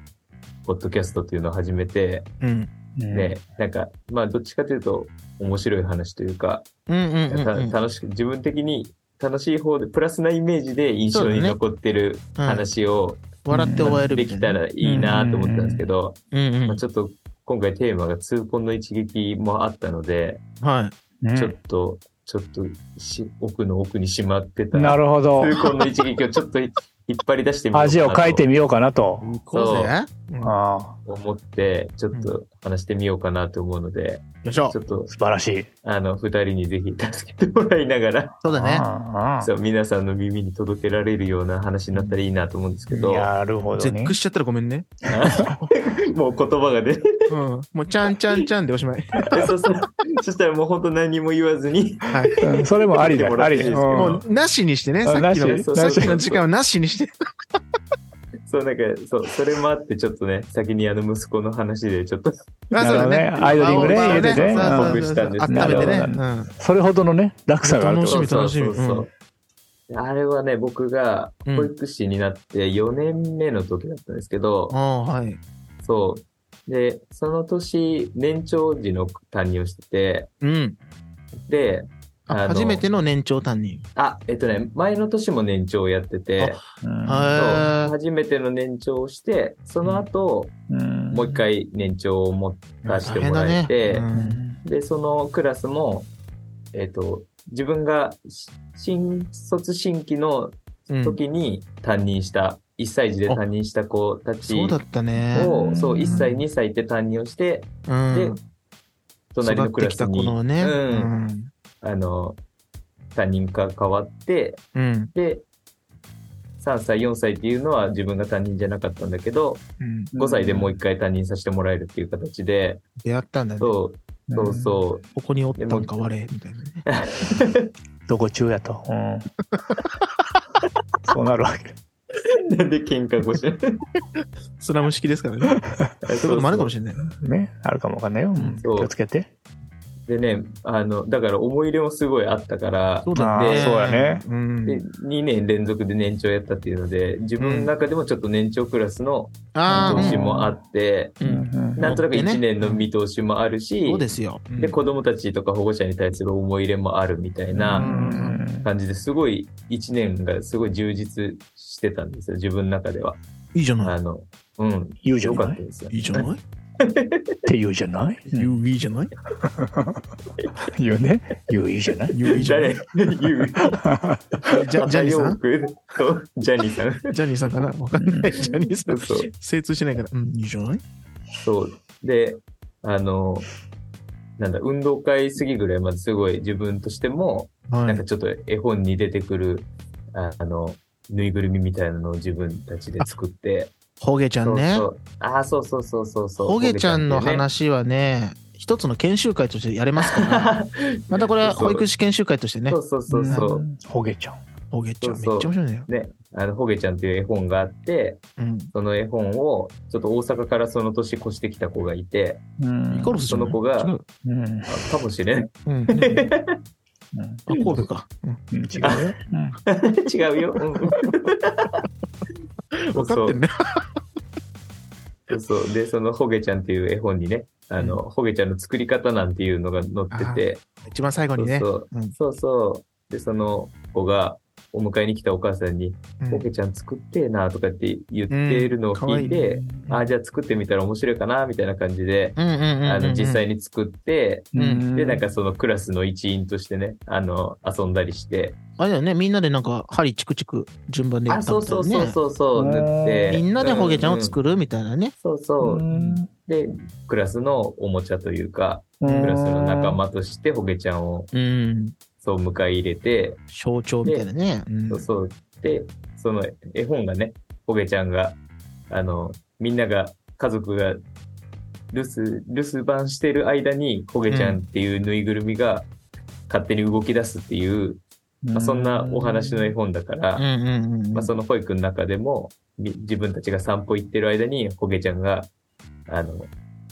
S3: ポッドキャストっていうのを始めて、
S1: うん
S2: い。
S3: ね、なんか、まあ、どっちかというと、面白い話というか、
S1: うんうんうんうん
S3: た楽しく、自分的に楽しい方で、プラスなイメージで印象
S1: そうだ
S3: に
S1: ね
S3: 残ってる
S1: うん
S3: 話を、
S1: 笑って終える
S3: で
S1: みた
S3: き
S1: い
S3: た
S1: な。
S3: らいいなと思ったんですけど、
S1: うんう
S3: まあ
S1: ん。
S3: ちょっと今回テーマが痛恨の一撃もあったので、
S1: は
S2: うん
S3: ちょっと、ちょっとし奥の奥にしまってた
S2: な
S3: 痛
S2: るほど。
S3: 恨の一撃をちょっとい引っ張り出してみよう
S2: 味を
S3: か
S2: 書い
S3: な
S2: てみようかなと。
S1: い。行こうぜ。うんよ
S2: あ
S3: と思って、ちょっと話してみようかなと思うので、
S1: いしょ
S3: ちょ。っと
S2: あ、素晴らしい。
S3: あの、二人にぜひ助けてもらいながら、
S1: そうだね。
S2: ああ
S3: そう皆さんの耳に届けられるような話になったらいいなと思うんですけど、
S2: なるほど
S1: 絶
S2: ね
S1: 句。しちゃったらごめんね。
S3: もう言葉が 出て、
S1: うん。もう、ちゃんちゃんちゃんでおしまい。
S3: そうそうそしたらもう本当何も言わずに、
S1: はい。
S2: うんそれもありだよ。ありだよ。
S3: うん
S1: もう、なしにしてね、
S2: あ
S1: さっき
S2: な
S1: の、
S2: し
S1: さっきの時間はなしにして。
S3: そう、なんか、そう、それもあって、ちょっとね、先にあの息子の話で、ちょっと、
S1: あ、そうだね。
S2: なるほどねアイドリングね
S1: あ
S2: 入れてね
S1: そうそう
S3: うん
S1: そうそう温めてね。うん。
S2: それほどのね、落差がある
S1: 楽し
S2: と
S1: み。楽しみ
S3: そうそうそうあれはね、僕が
S1: うん
S3: 保育士になって4年目の時だったんですけど、
S1: ああ、はい。
S3: そう。で、その年、年長時の担任をしてて、
S1: うん。
S3: で、あ
S1: あ
S3: の
S1: 初めての年長担任。
S3: あ、えっとね、前の年も年長をやってて、
S2: うん
S3: そう
S1: は
S3: 初めての年長をして、その後、
S2: うん
S3: もう一回年長を持たせ
S1: い。
S3: て
S1: 大変
S3: も
S1: だ
S3: ら
S1: ね
S3: え。て、
S1: うん
S3: で、そのクラスも、えっ、と、自分がし新卒新規の
S1: うん。
S3: 時に担任した、1歳児で担任した子たち
S1: そうだ
S3: を、
S1: ったね。
S2: ね
S3: そう、
S2: うん
S3: 1歳、2歳って担任をして、
S1: うん
S3: で。、隣
S1: 育
S3: の
S1: って
S3: クラ
S1: き
S3: ス
S1: た子
S3: に、
S1: のね。
S3: う、
S1: うんん。
S3: あの、担任が変わって、
S1: うん。
S3: で、3歳、4歳っていうのは自分が担任じゃなかったんだけど、
S1: うん。
S3: 5歳でもう一回担任させてもらえるっていう形で、
S1: 出会ったんだね。こ
S3: そう、そうそう、
S1: こにおったんか、我、みたいなね。
S2: どこ中やと。うんそうなるわけ。
S3: なんで喧嘩 越し
S1: スラム 式ですからね。そういうこともあるかもしれない。
S2: ね。あるかもわかんないよ。うん
S3: そう
S2: 気をつけて。
S3: でね、あの、だから思い入れもすごいあったから、
S1: そうだ
S2: あ
S1: ね。
S2: ーそうやね
S1: うん
S3: で、2年連続で年長やったっていうので、自分の中でもちょっと年長クラスの
S1: あー
S3: 見
S1: う
S3: 通
S1: ん
S3: しもあって、
S1: うん
S2: うん
S3: なんとなく1年の見通しもあるし、
S1: そうですよ。うん
S3: で子供たちとか保護者に対する思い入れもあるみたい
S2: うん
S3: な
S2: うん
S3: 感じですごい1年がすごい充実してたんですよ、自分の中では。
S1: いいじゃな
S3: あ
S1: い。
S3: の、うん、
S2: 言うじゃ
S3: 良か
S2: な
S3: っ
S2: い
S3: たですよ。
S1: いいじゃない。
S2: って言うじゃない
S1: 言ういいじゃない。
S2: 言うね言ういいじゃない
S1: 言ういいじゃない。
S3: 誰言う
S1: ジャジャニーさん。
S3: んとジャニーさん。
S1: ジャニーさんかなわかんない。ジャニーさん。
S3: そうそう
S1: 精通してないから。うん、いいじゃない
S3: そう。で、あの、なんだ、運動会過ぎぐらいまですごい自分としても、
S1: は
S3: なん
S1: い
S3: か。ちょっと絵本に出てくる、ああの、ぬいぐるみみたいなのを自分たちで作って。
S1: ホゲちゃんね
S3: そ。うそうああ、そうそうそうそうそう。
S1: ホゲちゃんの
S3: ホゲちゃんっ
S1: 話はね、一つの研修会としてやれますか
S3: て
S1: ら。
S3: いうね。
S1: またこれは
S3: そう
S1: 保育士研修会としてね
S3: そ、うそうそうそう。
S2: んほげちゃん
S1: ホゲちゃんめっちゃ
S3: そう
S1: 面
S3: そう
S1: 白いんだよ。
S3: ね、あの、ホゲちゃんっていう絵本があって、
S1: うん。
S3: その絵本を、ちょっと大阪からその年越してきた子がいて、
S2: うん
S1: イカロスじゃない
S3: その子が
S1: 違う。
S2: うん
S3: あかもしれん。
S1: うん。あ、
S2: うん
S1: 神戸か。
S2: うん違うよ うん
S3: 違うよ。うん
S1: 分かってんね。
S3: そうそうそう。で、そのホゲちゃんっていう絵本にね、あの、ホゲちゃんの作り方なんていうのが載ってて、
S1: 一番最後
S3: そ
S1: に
S3: う
S1: ね。
S3: そう
S1: うん
S3: そうそう。で、その子が、お迎えに来たお母さんに、
S1: うん
S3: ホゲちゃん作ってえなとかって言ってるのを
S1: うん可愛
S3: 聞
S1: いね
S3: いて、ああ、じゃあ作ってみたら面白いかなみたいな感じで、
S1: うんうんうんうん。
S3: あの、実際に作って、
S1: うん
S3: で、なんかそのクラスの一員としてね、あの、遊んだりして、
S1: あれだよね、みんなでなんか針チクチク順番でや
S3: あ、
S1: った
S3: そう
S1: みたい
S3: そ
S1: なね。
S3: うそうそうそう、塗って。
S1: みんなでホゲちゃんを
S3: る。
S1: 作るみたいなね。
S3: そうそうう。
S2: ん
S3: で、クラスのおもちゃというか、
S2: うん
S3: クラスの仲間としてホゲちゃんを
S1: うん。
S3: そう迎え入れて、
S1: 象徴みたいなね。うん
S3: そうそう。で、その絵本がね、ホゲちゃんが、あの、みんなが、家族が留守、留守番してる間に、ホゲちゃんっていうぬいぐるみが勝手に動き出すっていう、まあ、そんなお話の絵本だから、
S1: うんうんうん。
S3: まあ、その保育の中でも、み自分たちが散歩行ってる間に、ホゲちゃんが、あの、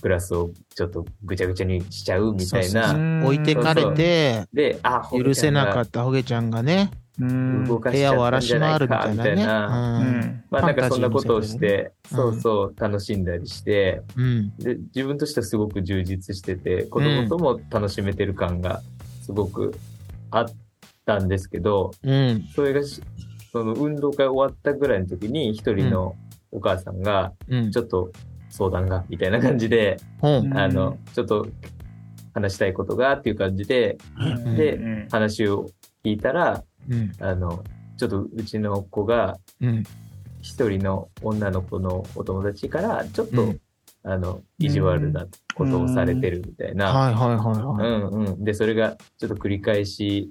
S3: グラスをちょっとぐちゃぐちゃにしちゃうみたい
S1: そうそう
S3: な。
S2: な
S1: 置いてかれて、
S3: で、あ、ホゲ
S1: 許
S3: ち
S1: せ
S3: ゃん
S1: なか
S3: が
S1: ったホゲちゃんがね、
S2: うん
S3: 動か
S1: 部
S3: しち
S1: 屋
S3: ゃ
S1: を
S3: っ
S1: 荒
S3: た
S1: ら
S3: ん
S1: し
S3: じゃ
S1: 回
S3: ない
S1: るみ
S3: か、
S1: たい
S3: み
S1: な
S3: たい
S1: ね。
S3: な。
S2: う
S1: うん
S2: ん
S3: まあ、なんかそんなことを
S1: ファンタジーの世界だよね
S3: して、そ
S1: うん
S3: うそう、楽しんだりして、
S1: うん。
S3: で、自分としてはすごく充実してて、子供とも楽しめてる感がすごくあったんですけど、
S1: うん。
S3: それがし、その運動会終わったぐらいの時に、一人のお母さんが、
S1: うん。
S3: ちょっと相談が、みたいな感じで、
S1: ほう
S2: うん
S3: あの、ちょっと話したいことがっていう感じで
S1: うん
S3: で
S2: うん
S3: 話を聞いたら、
S1: うん。
S3: あの、ちょっとうちの子が
S1: うん。
S3: 一人の女の子のお友達から、ちょっと、
S1: うん
S3: あの、意地悪なことをされてるみたいな。
S1: はいはいはいうはい。
S3: んうん。で、それがちょっと繰り返し、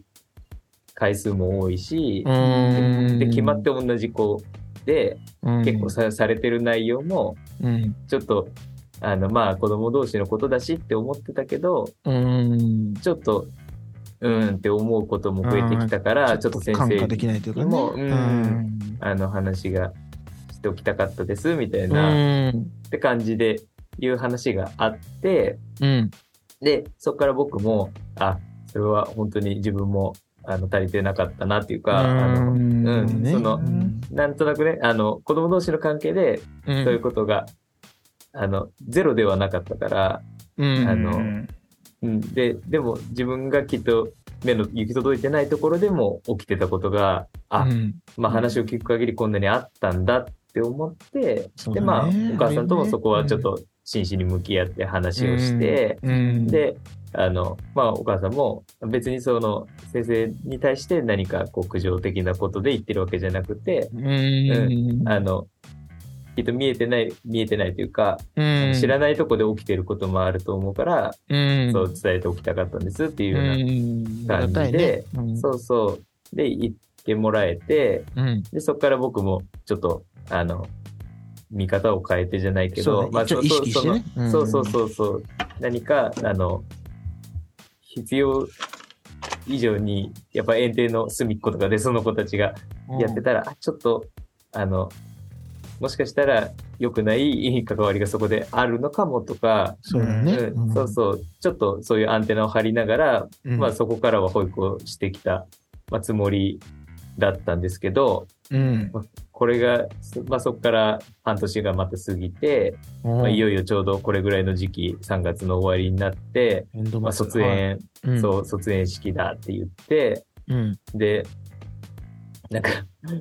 S3: 回数も多いし
S1: う、ーん
S3: で、決まって同じ子で、
S1: うん
S3: 結構さされてる内容も、
S1: うん。
S3: ちょっと、あの、まあ、子供同士のことだしって思ってたけど、
S1: うん。
S3: ちょっと、うーんって思うことも増えてきたから、ちょっと先
S1: 感化
S3: 生
S1: でき
S3: に、
S1: ないというかね。
S3: もううん
S1: ん。
S3: あの、話がしておきたかったです、みたいうな、っ
S1: ん。
S3: て感じで、いう話があって、
S1: うん。
S3: で、そこから僕も、あ、それは本当に自分も、あの、足りてなかったなっていうか、あの、うん
S1: ね
S3: そのなんとなくね、あの、子供同士の関係で、
S1: う。
S3: そういうんことが、あの、ゼロではなかったから、
S1: うん
S3: あのうん、ででも自分がきっと目の行き届いてないところでも起きてたことがあ、
S1: うん
S3: まあ、話を聞く限りこんなにあったんだって思って、
S1: そう
S3: で
S1: だね
S3: まあお母さんともそこはちょっ
S1: う
S3: と真摯に向き合って話をして、
S1: うん、
S3: であのまあお母さんも別にその先生に対して何かこう苦情的なことで言ってるわけじゃなくて
S1: うん、うん
S3: あのきっと見えてない見えてないというか、
S1: うん、
S3: 知らないとこで起きてることもあると思うから
S1: うん、
S3: そう伝えておきたかったんですっていうような
S1: う
S3: 感じで
S1: うん、
S3: そうそう。で、行ってもらえて、
S1: うん、
S3: で、そこから僕も、ちょっと、あの、見方を変えてじゃないけ
S1: そう
S3: ど、
S1: ねちょっと意識してね
S3: そのそうそう
S1: う
S3: そうそう。何か、あの、必要以上に、やっぱ園庭の隅っことかで、その子たちが
S1: ん
S3: やってたら、あちょっと、あの、もしかしたら、良くないいい関わりがそこであるのかもとか、
S1: そうだね。
S3: うんそうそう、ちょっとそういうアンテナを張りながら、
S1: うん。
S3: まあそこからは保育をしてきた、まあ、つもりだったんですけど、
S1: うん。
S3: これが、そまあそこから半年がまた過ぎて、まあ、いよいよちょうどこれぐらいの時期、3月の終わりになって、
S1: エンド
S3: まあ、
S1: 末
S3: 卒。園、
S1: はいうん
S3: そう、卒園式だって言って、
S1: うん。
S3: で、なんか、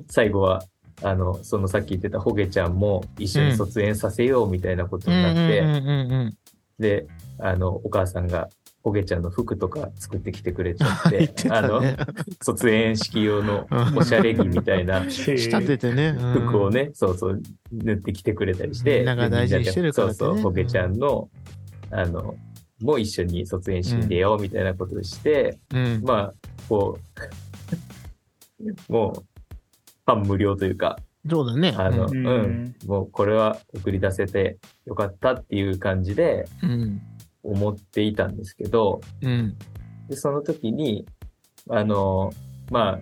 S3: 最後は、あの、そのさっき言ってたホゲちゃんも一緒に卒園させようみたいなこと
S1: うん
S3: に
S1: う
S3: なっ
S1: ん
S3: て、
S1: うんうんうん。
S3: で、あの、お母さんが、ホゲちゃんの服とか作ってきてくれちゃっ て、
S1: 言って
S3: あ
S1: た
S3: の、
S1: ね。
S3: 卒園式用のおしゃれ着みたいな
S2: 仕
S1: 仕立ててね。うん
S3: 服をね、そうそう、塗ってきてくれたりして、
S1: みんなが大事にしてるからってね
S3: そうそう、ホゲちゃんの、あの、も一緒に卒園式に出ようみたいなことをして、
S1: うん。
S3: まあ、こう、 もう、半無料というか、
S1: そうだね。
S3: あの、
S2: う
S3: うんん、もうこれは送り出せてよかったっていう感じで
S1: うん。
S3: 思っていたんですけど、
S1: うん。
S3: でその時に、あの、まあ、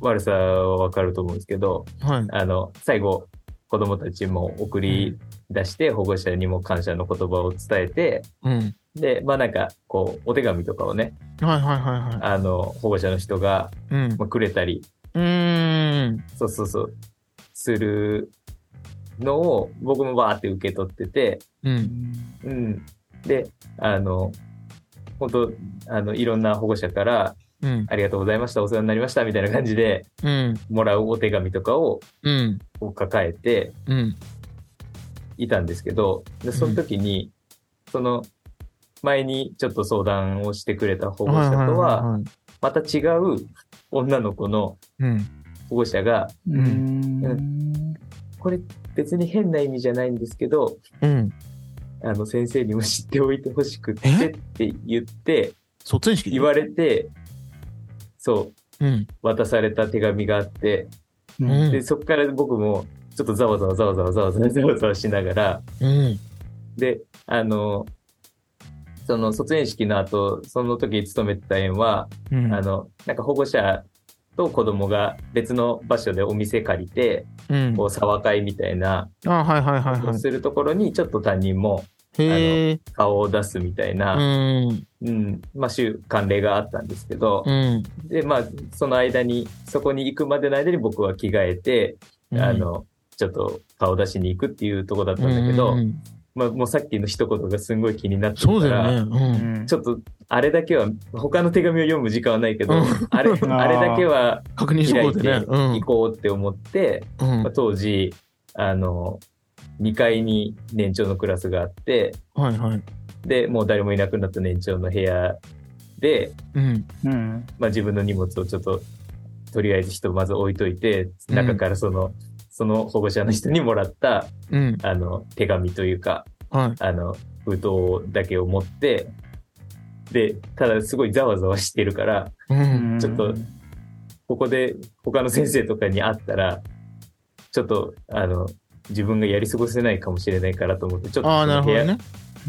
S3: 悪さはわかると思うんですけど、
S1: はい。
S3: あの、最後、子供たちも送り出して、保護者にも感謝の言葉を伝えて、
S1: うん。
S3: で、まあなんか、こう、お手紙とかをね、
S1: はいはいはいはい。
S3: あの、保護者の人が、
S1: うん。
S3: まあ、くれたり、
S1: うーん。
S3: そうそうそう、するのを僕もバーって受け取ってて、
S1: うん。
S3: うん。で、あの、本当あの、いろんな保護者から、
S1: うん。
S3: ありがとうございました、お世話になりました、みたいな感じで、
S1: うん。
S3: もらうお手紙とかを
S1: うん。
S3: こう抱えて
S1: うん。
S3: いたんですけど、で、その時に、その、前にちょっと相談をしてくれた保護者とは、
S1: いい
S3: また違う女の子の
S1: いはい。
S3: 保護者が、
S2: うんうん
S3: これ別に変な意味じゃないんですけど、
S1: うん。うん。
S3: あの、先生にも知っておいてほしくって
S1: え
S3: って言って、
S1: 卒園式
S3: 言われて、そう、
S1: うん。
S3: 渡された手紙があって、
S1: う
S2: うん
S1: ん
S3: で、。そこから僕も、ちょっとざわざわざわざわざわざわざわざわしながら、
S1: うん。
S3: で、あの、その卒園式の後、その時勤めてた園は、
S1: うん。
S3: あの、なんか保護者と子供が別の場所でお店借りて、
S1: うん
S3: こう、騒会みたいな、
S1: あ、はいはいはいはい。
S3: するところに、ちょっと担任も
S1: へえ。
S3: 顔を出すみたいうな、
S1: ん。
S3: うん、まあ、週慣例があったんですけど
S1: う、ん。
S3: で、まあ、その間に、そこに行くまでの間に僕は着替えて、あの、ちょっと顔出しに行くっていうとこだったんだけ
S1: うん
S3: ど、
S1: うんうん
S3: まあ、もうさっきの一言がすんごい気になってたか
S1: そうだ
S3: ら、
S1: よね。
S3: ちょっと、あれだけは、他の手紙を読む時間はないけど、
S1: うん
S3: あれ、
S2: ー
S3: あれだけは
S1: うん。確認しと
S3: 開
S1: こ
S3: いうて
S1: でね。うん
S3: 行。こうって思って、
S1: うん
S3: まあ、当時、あの、2階に年長のクラスがあって、
S1: はいはい。
S3: で、もう誰もいなくなった年長の部屋で、
S1: うん。
S2: うん
S3: まあ、自分の荷物をちょっと、とりあえずひとまず置いといて、
S1: うん
S3: 中からその、その保護者の人にもらった、
S1: うん。
S3: あの、手紙というか、
S1: はい。
S3: あの、封筒だけを持って、で、ただすごいざわざわしてるから、
S1: うん。
S3: ちょっとここで他の先生とかに会ったら、ちょっと、あの、自分がやり過ごせないかもしれないからと思って、ちょっと
S1: ああ、
S3: そ
S1: なる
S3: の
S1: ほ
S3: 部
S1: ど
S3: 屋,、
S1: ね。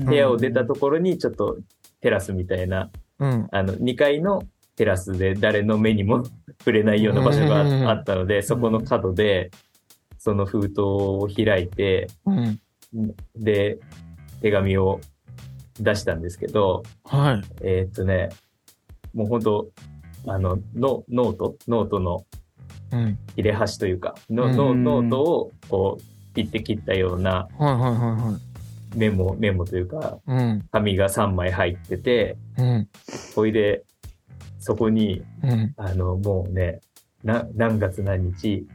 S3: 部屋を出たところに、ちょっとテラスみたいな、
S1: うん。
S3: あの、2階のテラスで誰の目にも 触れないような場所
S1: うん
S3: があったので、そこの角で、その封筒を開いて、
S1: うん。
S3: で、手紙を出したんですけど、
S1: はい。
S3: えーっとね、もう本当あの、ノノート、ノートの
S1: うん。
S3: 切れ端というか、の
S1: うん
S3: のノートをこう、切って切ったような
S1: はいはいは
S3: メモ、メモというか、
S1: いはい。うん。
S3: 紙が3枚入ってて、
S1: うん。
S3: ほいで、そこに、
S1: うん。
S3: あの、もうね、な、何月何日、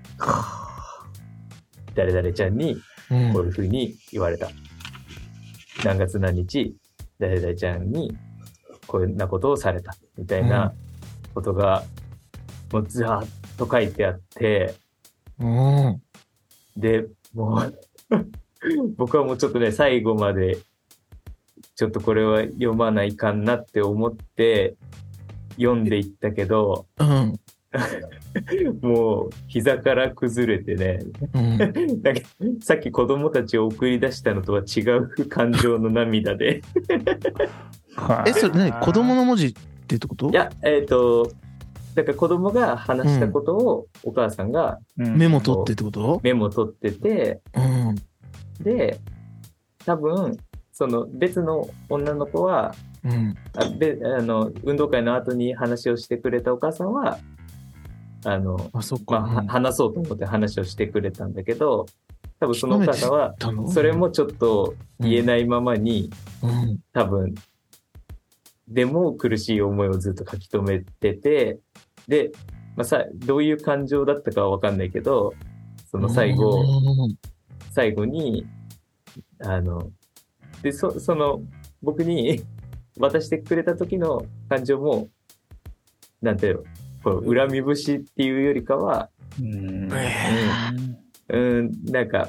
S3: 誰々ちゃんに
S1: うん
S3: こういうふうに言われた。何月何日、誰々ちゃんにこんなことをされた。みたいなことが、もうずらーっと書いてあって、
S1: うん。
S3: で、もう、 僕はもうちょっとね、最後まで、ちょっとこれは読まないかんなって思って、読んでいったけど、
S1: うん。
S3: もう膝から崩れてね、
S1: うん。
S3: なんかさっき子供たちを送り出したのとは違う感情の涙で。
S1: え、それ何 子供の文字ってってこと
S3: いや、えっ、と、だから子供が話したことをお母さんが
S1: メ
S2: メ
S1: モ取ってってこと
S3: メモ取ってて、
S1: うん。
S3: で、多分、その別の女の子は、
S1: うん。
S3: あべあの運動会の後に話をしてくれたお母さんは、あの、
S1: あ、そっ
S3: ま
S1: か。
S3: あ、は話そうと思って話をしてくれたんだけど、多分そのお母さんは、
S1: うん
S3: それ、もちょっと言えないままに、
S1: うん。
S3: 多分、でも苦しい思いをずっと書き留めてて、で、まあ、さどういう感情だったかはわかんないけど、その最後、最後に、あの、で、そその、僕に 渡してくれた時の感情も、なんていうのこう恨み節っていうよりかは、
S2: うん
S3: うん、なんか、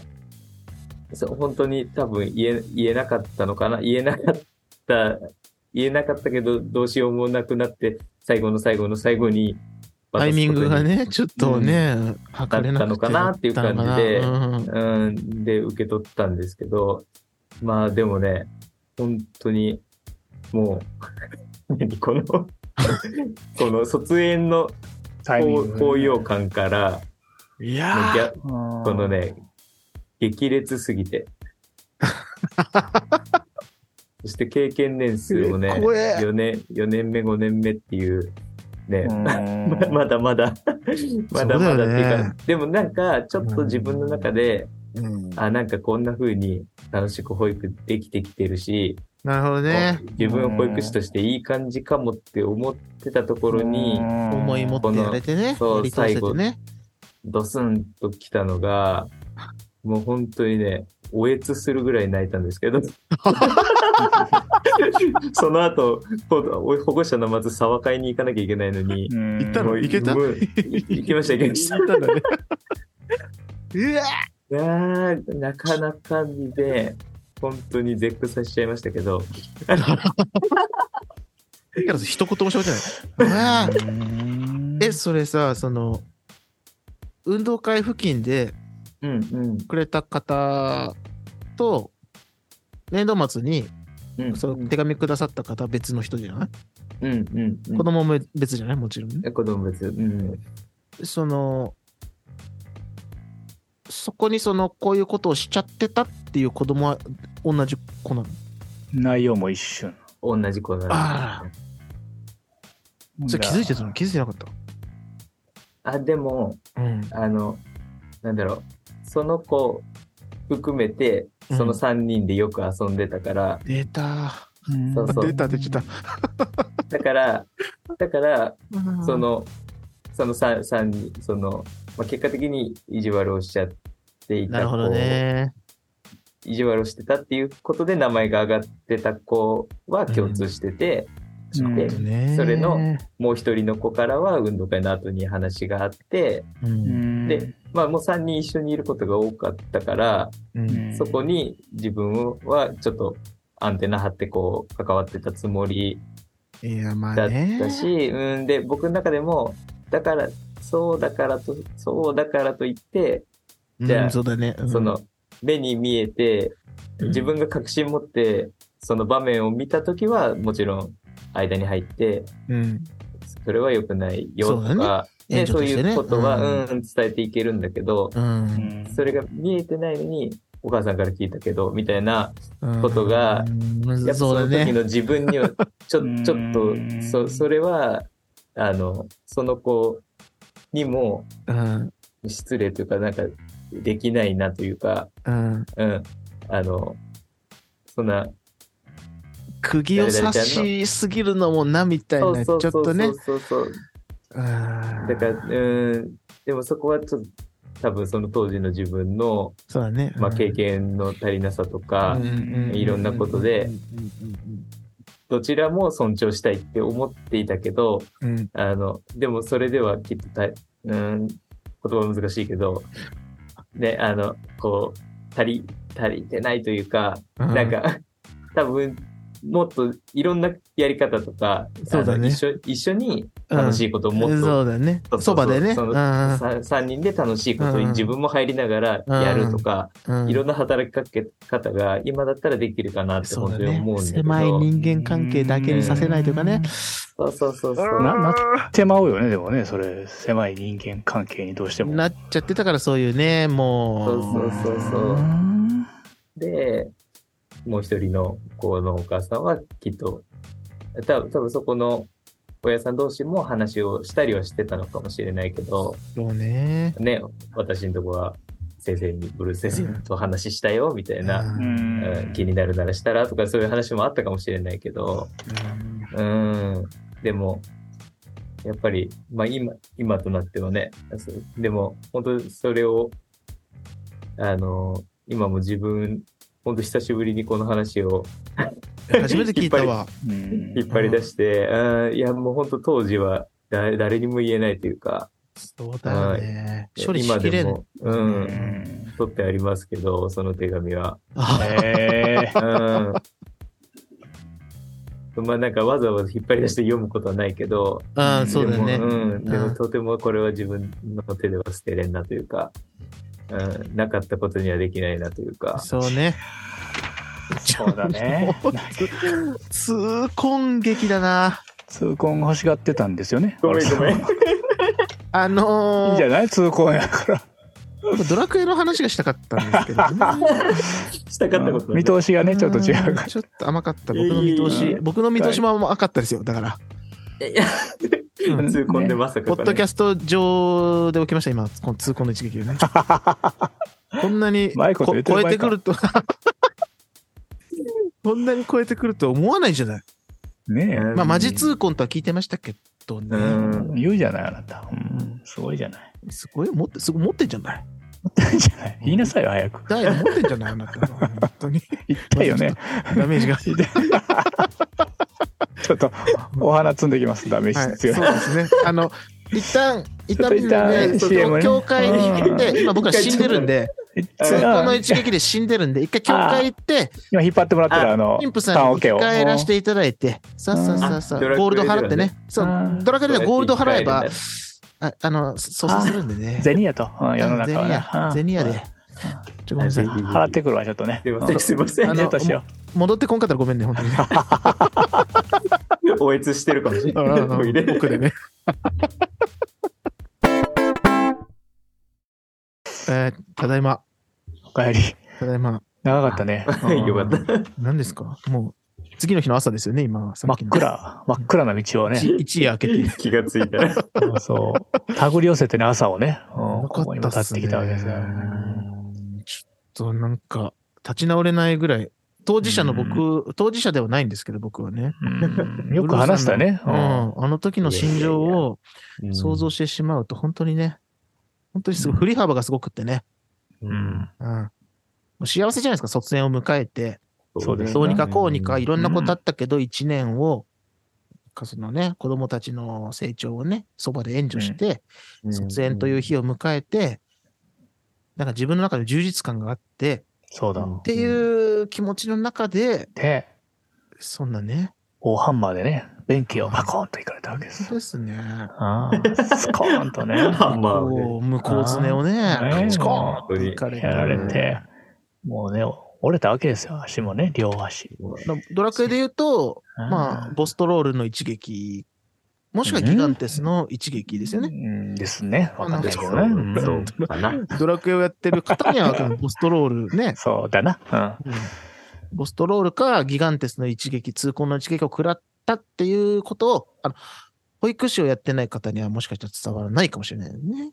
S3: そう本当に多分言え言えなかったのかな言えなかった、言えなかったけど、どうしようもなくなって、最後の最後の最後に渡
S1: タ
S3: すことに、
S1: イミングがね、ちょっとね、測れなくて
S3: だったのかなっていう感じで
S1: だったのかなうん
S3: うん、で、受け取ったんですけど、まあでもね、本当に、もう、 何この、この卒園の
S2: タイミ
S3: 高
S2: ング
S3: 高揚感から、も
S1: いうや
S3: ギ
S1: ー
S3: ャこのね、激烈すぎて。そして経験年数もね、
S1: え怖え、
S3: 4年、4年目、5年目っていう、ね、ま
S2: ま
S3: まだまだまだまだって
S1: そうだ
S3: いう
S1: よね
S3: か、でもなんか、ちょっと自分の中で、
S1: うん
S3: あ、なんかこんな風に楽しく保育できてきてるし、
S1: なるほどね。
S3: 自分保育士としていい感じかもって思ってたところに、
S1: 思い持ってやれてね、
S3: この
S1: やり通せてね。
S3: ドスンと来たのが、もう本当にね、おえつするぐらい泣いたんで すけど、その後、こう保護者のまず沢会に行かなきゃいけないのに、
S1: 行った
S3: も
S1: の
S3: う
S1: 行けた
S3: もう行きました、行きました。
S1: 行ったんだね。 うわ
S3: いやー、なかなかで、本当に絶句させちゃいましたけど、
S1: ーだから一言も喋ってない。うわーえ、それさ、その、運動会付近で
S3: うんうん。
S1: くれた方と、年度末に
S3: うん、
S1: その手紙くださった方は別の人じゃない、
S3: うんうんうん。
S1: 子供も別じゃないもちろんね。
S3: 子供別。うん。
S1: その、そこにその、こういうことをしちゃってたっていう子供は同じ子なの
S2: 内容も一瞬
S3: 同じ子なんで
S1: あそれ気づいてたの気づいてなかっ
S3: あ、でも、
S1: た。うん。
S3: あの、なんだろう、その子含めて、
S1: うん
S3: その3人でよく遊んでたから、
S1: 出た。
S3: そうそう
S1: 出た、出てた。
S3: だから、だから、そ
S1: の、
S3: の、その 3, 三人、その、まあ、結果的に意地悪をしちゃってい
S1: な
S3: た
S1: る
S3: 子
S1: ほどね。
S3: 意地悪をしてたっていうことで名前が上がってた子は共通してて、
S2: うん
S3: で
S1: ね
S3: それの、もう一人の子からは運動会の後に話があって、
S1: うん。
S3: でまあもう3人一緒にいることが多かったから、
S1: うん。
S3: そこに自分はちょっとアンテナ張ってこう関わってたつもり
S1: いや、ま
S3: だ
S1: あ
S3: っ
S1: ね。
S3: たし、うんで僕の中でもだからそうだからとそうだからといってじゃあ
S1: うん、そうだね。うん
S3: そ、の目に見えて自分が確信持ってその場面を見た時はもちろん間に入って
S1: うん。
S3: それは良くないよ
S1: そ
S3: と
S1: う
S3: か
S1: だ
S3: ね
S1: 援助
S3: そう
S1: として
S3: い
S1: ね
S3: うことは、
S1: うん
S3: うん、伝えていけるんだけど
S1: うん。
S3: それが見えてないのにお母さんから聞いたけどみたいな
S1: うん
S3: ことが、
S1: うん
S3: やっぱ
S1: そう
S3: そ
S1: だ
S3: の時
S1: ね。
S3: の自分には、ちょ、
S2: うん
S3: ちょっと、そ、それは、あの、その子にも
S1: うん。
S3: 失礼というか、なんか、できないなというか、
S1: うん。
S3: うん、あの、そんな、
S1: 釘を刺しすぎるのもな、みたい
S3: そう
S1: な、ち
S3: そ
S1: ょ
S3: う
S1: っ
S3: そうそ
S1: と
S3: う
S1: ね。
S3: そうそう、
S1: うん
S3: だから、うん、でもそこはちょっと、多分その当時の自分の、
S1: そうだね。
S3: まあ、経験の足りなさとか、いろんなことでどちらも尊重したいって思っていたけど、
S1: うん。うん
S3: あの、でもそれではきっとたい、うーん、言葉難しいけど、ね、あの、こう、足り、足りてないというか、
S1: うん
S3: なんか、 多分、もっといろんなやり方とか、
S1: そうだね
S3: あの一緒一緒に楽しいことをもっ
S1: そ
S3: と、
S1: うだね
S3: そう。
S1: そ
S3: そ
S1: う
S3: そう
S1: ばでね。
S3: そ
S1: う
S3: の
S1: ん
S3: さ三人で楽しいこ
S1: う
S3: と
S1: ん
S3: に自分も入りながらやるとか、
S1: うん
S3: いろんな働きかけ方が今だったらできるかなって
S1: そう
S3: 本
S1: だ
S3: 当に
S1: ね
S3: 思うん。だけど。
S1: 狭い人間関係だけにさせないというかね。
S3: そうそうそうそう。
S2: ななってまうよねでもねそれ狭い人間関係にどうしても
S1: なっちゃってたからそういうね、もう。
S3: そうそうそうそう
S2: うん
S3: で、もう一人の子のお母さんはきっと、た多分そこの親さん同士も話をしたりはしてたのかもしれないけど、
S1: そうね。
S3: ね、私のとこは先生に、ブルース先生と話したよ、みたいうな、
S1: ん
S3: うん気になるならしたらとかそういう話もあったかもしれないけど、うん、でも、やっぱり、まあ今、今となってはね、そうでも、本当にそれを、あの、今も自分、本当久しぶりにこの話を
S1: 初めて聞いたわ。
S2: うん
S3: 引っ張り出して、うん、いや、もう本当当時は誰誰にも言えないというか、
S1: そうだよね。処理し
S3: 今
S1: きれ
S3: で
S1: ん。
S3: も、う、
S2: うんん
S3: 取ってありますけど、その手紙は。
S1: あ
S2: え
S3: うん。まあなんかわざわざ引っ張り出して読むことはないけど、
S1: あ、そうだよ
S3: で
S1: ね
S3: も。うん、で
S1: う
S3: も
S1: ん
S3: とてもこれは自分の手では捨てれんなというか、うん、なかったことにはできないなというか、
S1: そうね。
S2: そうだね。
S1: 痛恨劇だな。
S2: 痛恨が欲しがってたんですよね。
S3: ごめんごめん
S2: い
S1: あ
S2: いん
S1: の
S2: じゃ
S1: ー、
S2: ない痛恨やから。
S1: ドラクエの話がしたかったんです けどね。
S3: したかったこと
S2: 見通しがね、ちょっと違うか
S1: ん
S2: ら。
S1: ちょっと甘かった。僕の見通
S2: いやい
S1: し
S2: や、
S1: 僕の見通しも甘かったですよ。だから。うん
S3: 痛恨でまさか、ね
S1: ポッドキャスト上で起きました、今、この痛恨の一撃が ね。こんなに
S2: マイコと
S1: こ
S2: 言って
S1: 超
S2: る
S1: え
S2: 場合
S1: て
S2: か
S1: くると、 こんなに超えてくると思わないじゃない。
S2: ね
S1: まあ、マジ痛恨とは聞いてましたけど
S3: う
S1: ね。
S2: え。
S3: ん。
S2: 言うじゃない、あなた。うん、すごいじゃない。
S1: すごい、持って、すごい持ってんじゃない。
S2: 持ってんじゃない。言いなさいよ、早く。
S1: ダイヤ持ってんじゃない、あな た。本当に。
S2: 言ったよね。
S1: ダメージ が。
S2: 痛いちょっと、お花摘んできます。ダメ
S1: は
S2: ー
S1: い、
S2: ジ
S1: そう
S2: 強い。
S1: ですね。あの、一旦、一
S2: ちょっ
S1: 旦
S2: と一旦
S1: ね、そ
S2: CM
S1: の
S2: ね
S1: 教会に行って、今僕は死んでるんで、
S2: いっ
S1: そ
S2: つ
S1: こ
S2: も
S1: の一撃で死んでるんで、一回教会行って、
S2: 今引っ張ってもらってるあの、
S1: 神父さんに
S2: ター
S1: 生き
S2: ンオッケー
S1: 返らせていただいて、さあさあさあさあ、
S3: あ
S1: ゴールド払ってね。そ
S2: ドラクエでは
S1: う
S2: ね、
S1: ドラクエではゴールド払えば
S3: そうやって、
S1: ああの、操作するんでね。
S2: ゼニアと、うん世の中はね
S1: うんゼニアゼニアで。ちょ、ごめんなさい
S2: うん。払ってくるわ、ちょっとね。
S3: 生き返るんだすいません、すい
S1: あ
S3: ま
S1: の
S2: ネタしよ
S1: 戻ってこんかったらごめんね、本当にね。
S3: せん。おえつしてるかもしれ
S1: あ
S3: ない。
S1: の
S3: トイレ
S1: 奥でね。 えーただいま、
S2: う。おかえり。
S1: ただいま、
S2: 長かった ね。うん
S3: よかった。
S1: 何ですかもう、次の日の朝ですよね、今は。さ
S2: 真
S1: っき
S2: っ
S1: の。
S2: 暗、真っ暗な道をね、
S1: 一一夜明け て。
S3: 気がついたら。
S2: うんそう、手繰り寄せてね、朝をね、うん
S1: よか
S2: こ
S1: っ
S2: こに
S1: た
S2: 渡
S1: っ
S2: っ
S1: す
S2: て
S1: ね。
S2: きたわけですよ。
S1: ちょっとなんか、立ち直れないぐらい、当事者の僕、当事者ではないんですけど、僕はね。
S2: うんよく話したね。
S1: う
S2: うん
S1: ん、あの時の心情
S3: いやいや
S1: を想像してしまうと、本当にね、本当にすごい、振り幅がすごくってね。
S3: う。
S2: うんん
S1: うん。もう幸せじゃないですか、卒園を迎えて、
S2: そうですね
S1: どうにかこうにかいろんなことあったけど、一年を、かそのね、子供たちの成長をね、そばで援助して、卒園という日を迎えて、なんか自分の中で充実感があって、
S2: そうだ。
S1: っていう気持ちの中で、
S2: で、
S1: そんなね、
S2: 大ハンマーでね、便器をパコーンといかれたわけで
S1: 本
S2: す
S1: 当。ですね。
S2: ああ、スコーンとね、や
S3: ハンマーで。
S1: こう、向こう爪を
S2: あ
S1: ね、
S2: ー
S1: チコーンと
S3: ね
S1: 行かれ
S2: られ
S1: て。
S2: て、もうね、折れたわけですよ、足もね、両足。
S1: ドラクエで言うと、
S2: うん
S1: まあ、ボストロールの一撃、もしくはギガンテスの一撃ですよ
S2: う
S1: ね。
S2: んですね。わかんないけ
S3: そ
S2: どね。
S3: う
S2: うん
S3: そうかな。
S1: ドラクエをやってる方にはわ かる、ボストロールね。
S2: そうだな。うん。
S1: うんボストロールかギガンテスの一撃、痛恨の一撃を食らったっていうことを、あの、保育士をやってない方にはもしかしたら伝わらないかもしれないよね。